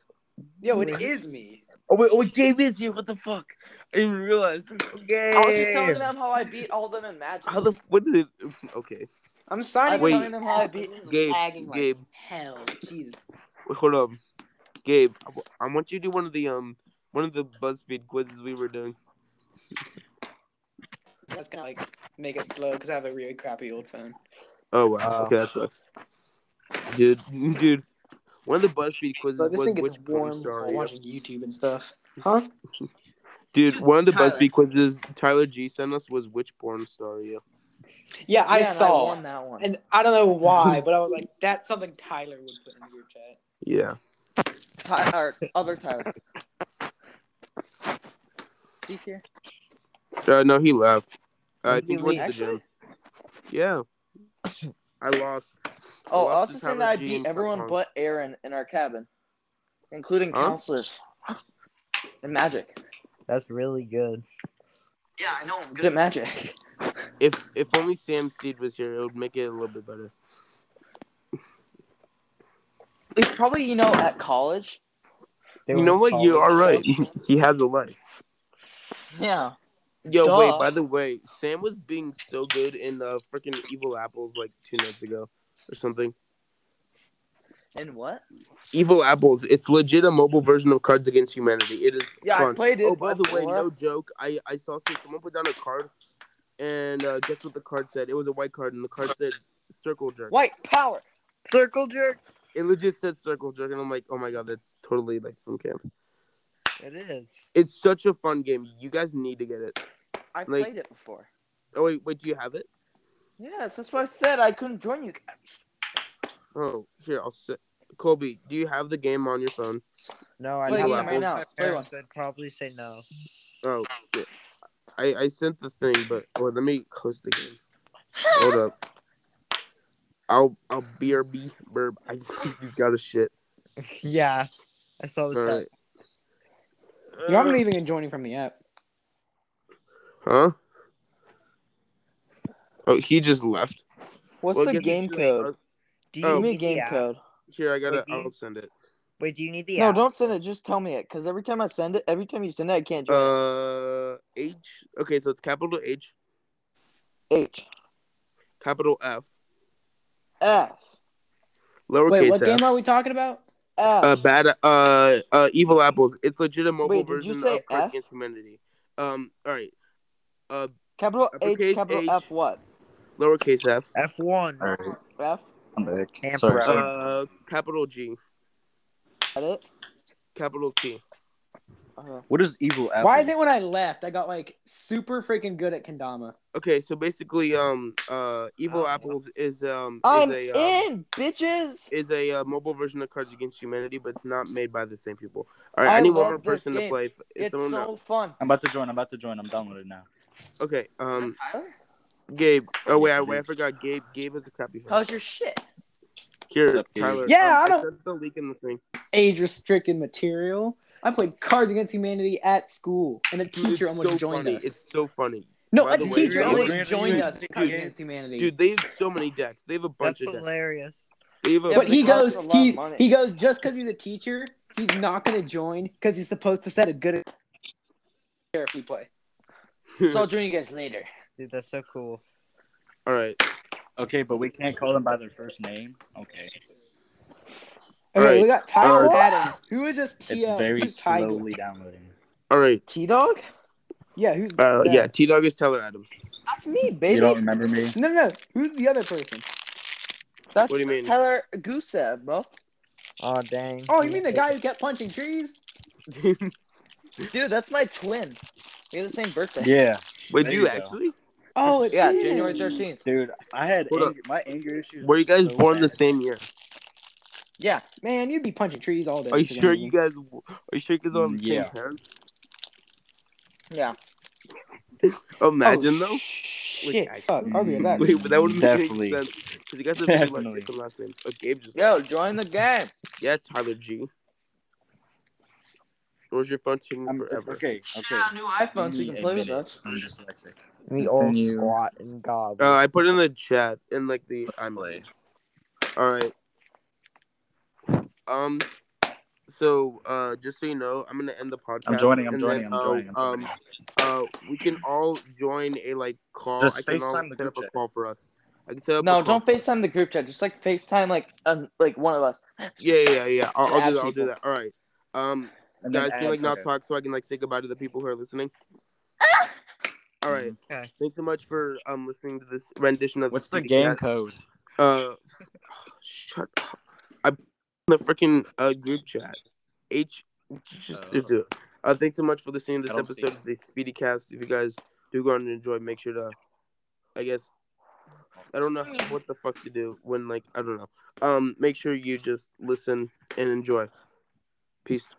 [SPEAKER 1] Yo, it
[SPEAKER 4] Wait.
[SPEAKER 1] is me.
[SPEAKER 2] Oh wait, oh wait, Gabe is here. What the fuck? I didn't realize.
[SPEAKER 5] I was just
[SPEAKER 4] Okay.
[SPEAKER 5] Oh, telling them how I beat all of them in Magic.
[SPEAKER 2] How the? What did it? (laughs) Okay.
[SPEAKER 1] I'm signing.
[SPEAKER 5] I'm
[SPEAKER 1] Wait,
[SPEAKER 5] telling them how I beat-
[SPEAKER 1] this is
[SPEAKER 2] Gabe,
[SPEAKER 1] lagging like
[SPEAKER 2] Gabe.
[SPEAKER 1] hell. Jesus.
[SPEAKER 2] Wait, hold on, Gabe. I w- I want you to do one of the um one of the BuzzFeed quizzes we were doing.
[SPEAKER 1] I was gonna like make it slow because I have a really crappy old phone.
[SPEAKER 2] Oh wow.
[SPEAKER 4] Oh.
[SPEAKER 2] okay, that sucks. Dude, (laughs) dude. One of the BuzzFeed quizzes
[SPEAKER 1] But this
[SPEAKER 2] was
[SPEAKER 1] thing gets
[SPEAKER 2] which porn
[SPEAKER 1] warm
[SPEAKER 2] star
[SPEAKER 1] while
[SPEAKER 2] are you?
[SPEAKER 1] watching YouTube and stuff. Huh?
[SPEAKER 2] Dude, one of the
[SPEAKER 5] Tyler.
[SPEAKER 2] BuzzFeed quizzes Tyler G sent us was which porn star are you?
[SPEAKER 1] Yeah,
[SPEAKER 5] Yeah,
[SPEAKER 1] I
[SPEAKER 5] and
[SPEAKER 1] saw.
[SPEAKER 5] won that one.
[SPEAKER 1] And I don't
[SPEAKER 2] (laughs)
[SPEAKER 1] know why, but I was like, that's something Tyler would put in the group chat.
[SPEAKER 2] Yeah.
[SPEAKER 5] Ty- or other Tyler. Zeke here?
[SPEAKER 2] Uh, no, he left. Uh, I
[SPEAKER 4] Did
[SPEAKER 2] think
[SPEAKER 4] you
[SPEAKER 2] he went to the
[SPEAKER 5] leave?
[SPEAKER 2] gym. Yeah. I lost.
[SPEAKER 5] Oh,
[SPEAKER 2] lost
[SPEAKER 5] I'll
[SPEAKER 2] to
[SPEAKER 5] just say
[SPEAKER 2] Tyler
[SPEAKER 5] that I
[SPEAKER 2] G
[SPEAKER 5] beat
[SPEAKER 2] and
[SPEAKER 5] everyone
[SPEAKER 2] Punk.
[SPEAKER 5] but Aaron in our cabin, including
[SPEAKER 2] Huh?
[SPEAKER 5] counselors (gasps) and magic.
[SPEAKER 4] That's really good.
[SPEAKER 5] Yeah, I know I'm good at magic. (laughs)
[SPEAKER 2] If if only Sam Steed was here, it would make it a little bit better.
[SPEAKER 5] It's probably you know at college.
[SPEAKER 4] They
[SPEAKER 2] you
[SPEAKER 4] were
[SPEAKER 2] know
[SPEAKER 4] in
[SPEAKER 2] what? You
[SPEAKER 4] college.
[SPEAKER 2] are right. (laughs) he has a life.
[SPEAKER 5] Yeah.
[SPEAKER 2] Yo,
[SPEAKER 5] Duh.
[SPEAKER 2] wait. By the way, Sam was being so good in uh, freaking Evil Apples like two nights ago or something.
[SPEAKER 5] And what?
[SPEAKER 2] Evil Apples. It's legit a mobile version of Cards Against Humanity. It is
[SPEAKER 5] Yeah,
[SPEAKER 2] fun.
[SPEAKER 5] I played it.
[SPEAKER 2] oh, by the way,
[SPEAKER 5] before.
[SPEAKER 2] no joke. I I saw some- someone put down a card, and uh, guess what the card said? It was a white card, and the card said circle jerk.
[SPEAKER 5] White power.
[SPEAKER 4] Circle jerk.
[SPEAKER 2] It legit said circle jerk, and I'm like, oh my god, that's totally like from camp.
[SPEAKER 4] It is.
[SPEAKER 2] It's such a fun game. You guys need to get it.
[SPEAKER 5] I
[SPEAKER 2] Like-
[SPEAKER 5] played it before.
[SPEAKER 2] Oh wait, wait, do you have it?
[SPEAKER 5] Yes, that's why I said I couldn't join you guys.
[SPEAKER 2] Oh, here I'll sit. Colby, do you have the game on your phone?
[SPEAKER 4] No, I
[SPEAKER 5] Play
[SPEAKER 4] know.
[SPEAKER 2] one
[SPEAKER 4] I
[SPEAKER 2] right
[SPEAKER 4] asked
[SPEAKER 5] now.
[SPEAKER 4] my
[SPEAKER 5] Play one.
[SPEAKER 4] parents, I'd probably say
[SPEAKER 2] (laughs)
[SPEAKER 4] no.
[SPEAKER 2] Oh, yeah. I I sent the thing, but or let me close the game. Hold up. I'll I'll brb burb. I he's got a shit.
[SPEAKER 4] yeah, I saw
[SPEAKER 2] All
[SPEAKER 4] the
[SPEAKER 2] right.
[SPEAKER 4] text.
[SPEAKER 7] No, I'm leaving and joining from the app.
[SPEAKER 2] Uh, Huh? Oh, he just left.
[SPEAKER 5] What's
[SPEAKER 2] Well,
[SPEAKER 5] the
[SPEAKER 2] guess
[SPEAKER 5] game
[SPEAKER 2] it's-
[SPEAKER 5] code?
[SPEAKER 4] Do you
[SPEAKER 2] Oh.
[SPEAKER 5] Give
[SPEAKER 4] need
[SPEAKER 5] me a
[SPEAKER 4] the
[SPEAKER 5] game
[SPEAKER 4] app?
[SPEAKER 5] code.
[SPEAKER 2] Here I gotta.
[SPEAKER 4] Wait, do you-
[SPEAKER 2] I'll send it.
[SPEAKER 4] Wait, do you need the
[SPEAKER 5] No,
[SPEAKER 4] app?
[SPEAKER 5] don't send it. Just tell me it. Because every time I send it, every time you send it, I can't join it.
[SPEAKER 2] Uh, H. Okay, so it's capital H,
[SPEAKER 5] H.
[SPEAKER 2] capital F,
[SPEAKER 5] F.
[SPEAKER 2] lowercase
[SPEAKER 7] Wait, what
[SPEAKER 2] f.
[SPEAKER 7] game are we talking about?
[SPEAKER 5] F.
[SPEAKER 2] uh, bad uh, uh, evil apples. It's legit a mobile
[SPEAKER 5] Oh. Wait, did
[SPEAKER 2] version
[SPEAKER 5] you say
[SPEAKER 2] of Cards
[SPEAKER 5] F?
[SPEAKER 2] Against Humanity. Um, all right. Uh,
[SPEAKER 5] Capital
[SPEAKER 2] Uppercase
[SPEAKER 5] H, capital
[SPEAKER 2] H.
[SPEAKER 5] F, what?
[SPEAKER 2] lowercase f.
[SPEAKER 4] F one.
[SPEAKER 6] All right,
[SPEAKER 5] F?
[SPEAKER 6] I'm back.
[SPEAKER 4] Camp
[SPEAKER 6] Sorry,
[SPEAKER 4] route.
[SPEAKER 6] sorry.
[SPEAKER 2] Uh, capital G,
[SPEAKER 5] Got it?
[SPEAKER 2] capital T.
[SPEAKER 5] Okay.
[SPEAKER 6] What is evil apple?
[SPEAKER 7] (laughs) Why is it when I left I got like super freaking good at kendama?
[SPEAKER 2] Okay, so basically, um, uh, evil
[SPEAKER 4] Oh.
[SPEAKER 2] apples is um
[SPEAKER 5] I'm
[SPEAKER 2] is a um,
[SPEAKER 5] in, bitches!
[SPEAKER 2] is a uh, mobile version of Cards Against Humanity, but it's not made by the same people. All right,
[SPEAKER 5] I
[SPEAKER 2] I, need one
[SPEAKER 5] love
[SPEAKER 2] more
[SPEAKER 5] this
[SPEAKER 2] person to
[SPEAKER 5] game.
[SPEAKER 2] play. If, if
[SPEAKER 5] It's
[SPEAKER 2] someone
[SPEAKER 5] so fun.
[SPEAKER 6] I'm about to join. I'm about to join. I'm downloaded now.
[SPEAKER 2] okay, um,
[SPEAKER 5] Tyler?
[SPEAKER 2] Gabe. Oh wait,
[SPEAKER 6] Yeah,
[SPEAKER 2] I,
[SPEAKER 6] it
[SPEAKER 2] wait, I
[SPEAKER 6] is.
[SPEAKER 2] forgot. Gabe. Gabe has a crappy phone.
[SPEAKER 5] How's your shit?
[SPEAKER 2] Here,
[SPEAKER 6] What's up, Gabe?
[SPEAKER 2] Tyler.
[SPEAKER 7] Yeah,
[SPEAKER 2] um,
[SPEAKER 7] I
[SPEAKER 2] I,
[SPEAKER 7] don't-
[SPEAKER 2] sent the leak in the thing.
[SPEAKER 7] Age restricted material. I played Cards Against Humanity at school, and a
[SPEAKER 2] Dude,
[SPEAKER 7] teacher
[SPEAKER 2] it's
[SPEAKER 7] almost
[SPEAKER 2] so
[SPEAKER 7] joined
[SPEAKER 2] funny.
[SPEAKER 7] us.
[SPEAKER 2] It's so funny.
[SPEAKER 7] no,
[SPEAKER 2] by
[SPEAKER 7] a
[SPEAKER 2] the way,
[SPEAKER 7] teacher
[SPEAKER 4] really?
[SPEAKER 7] almost joined us. at Cards Against Humanity.
[SPEAKER 2] Dude, they have so many decks. They have a bunch
[SPEAKER 4] That's
[SPEAKER 2] of decks.
[SPEAKER 4] hilarious.
[SPEAKER 2] They have a
[SPEAKER 5] Yeah,
[SPEAKER 7] but
[SPEAKER 5] but
[SPEAKER 7] he
[SPEAKER 5] they
[SPEAKER 7] goes,
[SPEAKER 5] cost a lot of
[SPEAKER 7] he's,
[SPEAKER 5] money.
[SPEAKER 7] he goes just because he's a teacher, he's not going to join because he's supposed to set a good example if we play.
[SPEAKER 5] So I'll join you guys later.
[SPEAKER 4] Dude, that's so cool.
[SPEAKER 2] All right.
[SPEAKER 6] Okay, but we can't call them by their first name. Okay,
[SPEAKER 7] Okay,
[SPEAKER 2] Alright,
[SPEAKER 7] we got Tyler
[SPEAKER 2] uh,
[SPEAKER 7] Adams. Who is just
[SPEAKER 6] it's
[SPEAKER 7] Tia?
[SPEAKER 6] very
[SPEAKER 7] who's Tiger?
[SPEAKER 6] slowly downloading.
[SPEAKER 2] All right.
[SPEAKER 5] T Dog?
[SPEAKER 7] Yeah, who's
[SPEAKER 2] Uh,
[SPEAKER 7] that?
[SPEAKER 2] yeah, T Dog is Tyler Adams.
[SPEAKER 5] That's me,
[SPEAKER 6] You
[SPEAKER 5] baby.
[SPEAKER 6] don't remember me?
[SPEAKER 7] No, no, no. Who's the other person?
[SPEAKER 5] That's
[SPEAKER 2] What do you mean?
[SPEAKER 5] Tyler Gusev, bro.
[SPEAKER 4] Oh dang.
[SPEAKER 7] Oh, you mean the guy who kept punching trees?
[SPEAKER 5] Dude, that's my twin. We have the same birthday.
[SPEAKER 6] Yeah,
[SPEAKER 2] Wait,
[SPEAKER 6] There
[SPEAKER 2] do you
[SPEAKER 6] you go.
[SPEAKER 2] actually?
[SPEAKER 7] Oh, it's
[SPEAKER 5] Yeah,
[SPEAKER 7] him.
[SPEAKER 5] January 13th.
[SPEAKER 6] dude, I had
[SPEAKER 2] Hold up.
[SPEAKER 6] anger, my anger issues.
[SPEAKER 2] Were you guys
[SPEAKER 6] so
[SPEAKER 2] born the
[SPEAKER 6] bad.
[SPEAKER 2] same year?
[SPEAKER 5] Yeah.
[SPEAKER 7] Man, you'd be punching trees all day.
[SPEAKER 2] Are you
[SPEAKER 7] if it
[SPEAKER 2] sure
[SPEAKER 7] wasn't
[SPEAKER 2] you
[SPEAKER 7] me.
[SPEAKER 2] guys? Are you sure you guys all have the
[SPEAKER 6] Yeah.
[SPEAKER 2] same parents?
[SPEAKER 5] Yeah.
[SPEAKER 2] (laughs) Imagine
[SPEAKER 7] oh,
[SPEAKER 2] though. (laughs)
[SPEAKER 7] Shit,
[SPEAKER 2] Wait,
[SPEAKER 7] fuck. I'll be back.
[SPEAKER 2] Wait, but that would make
[SPEAKER 6] Definitely.
[SPEAKER 2] sense because you guys have two like
[SPEAKER 6] Definitely.
[SPEAKER 2] different last names. Oh, Gabe just.
[SPEAKER 5] Yo, join the game.
[SPEAKER 2] Yeah, Tyler G. Where's your phone taking
[SPEAKER 6] I'm,
[SPEAKER 2] forever?
[SPEAKER 6] okay, okay.
[SPEAKER 5] Got a new iPhone,
[SPEAKER 6] Give
[SPEAKER 5] so you
[SPEAKER 6] me
[SPEAKER 5] can
[SPEAKER 6] a
[SPEAKER 5] play with
[SPEAKER 6] minute.
[SPEAKER 5] us.
[SPEAKER 6] I'm dyslexic.
[SPEAKER 4] the old
[SPEAKER 6] Continue.
[SPEAKER 4] squat and gob?
[SPEAKER 2] Uh, I put in the chat in like the
[SPEAKER 6] Let's
[SPEAKER 2] I'm
[SPEAKER 6] play.
[SPEAKER 2] all right. Um, so uh, just so you know, I'm gonna end the podcast.
[SPEAKER 6] I'm joining. I'm
[SPEAKER 2] and
[SPEAKER 6] joining.
[SPEAKER 2] then,
[SPEAKER 6] I'm
[SPEAKER 2] uh,
[SPEAKER 6] joining. I'm joining.
[SPEAKER 2] Um, uh, we can all join a like call.
[SPEAKER 6] Just
[SPEAKER 2] I can all
[SPEAKER 6] FaceTime the
[SPEAKER 2] set up
[SPEAKER 6] group
[SPEAKER 2] a
[SPEAKER 6] chat.
[SPEAKER 2] call for us. I can set up.
[SPEAKER 5] No,
[SPEAKER 2] a call
[SPEAKER 5] don't
[SPEAKER 2] for us.
[SPEAKER 5] FaceTime the group chat. Just like FaceTime like um like one of us.
[SPEAKER 2] Yeah, yeah, yeah, yeah. I'll, I'll
[SPEAKER 5] Add
[SPEAKER 2] do that. I'll do
[SPEAKER 5] people.
[SPEAKER 2] that. All right. Um,
[SPEAKER 6] And then
[SPEAKER 2] guys, can you,
[SPEAKER 6] add-
[SPEAKER 2] like not
[SPEAKER 6] okay.
[SPEAKER 2] talk so I can like say goodbye to the people who are listening?
[SPEAKER 5] Ah!
[SPEAKER 2] All right.
[SPEAKER 4] Okay.
[SPEAKER 2] Thanks so much for um listening to this rendition of
[SPEAKER 6] What's the
[SPEAKER 2] Speedy
[SPEAKER 6] game
[SPEAKER 2] Cat.
[SPEAKER 6] code?
[SPEAKER 2] Uh, shut up. I put in the freaking uh, group chat. H. Just
[SPEAKER 6] Oh.
[SPEAKER 2] do it. Uh, thanks so much for listening to
[SPEAKER 6] I
[SPEAKER 2] this
[SPEAKER 6] don't see
[SPEAKER 2] episode of the Speedy Cast. If you guys do go out and enjoy, make sure to, I guess, I don't know what the fuck to do when like I don't know. Um, make sure you just listen and enjoy. Peace.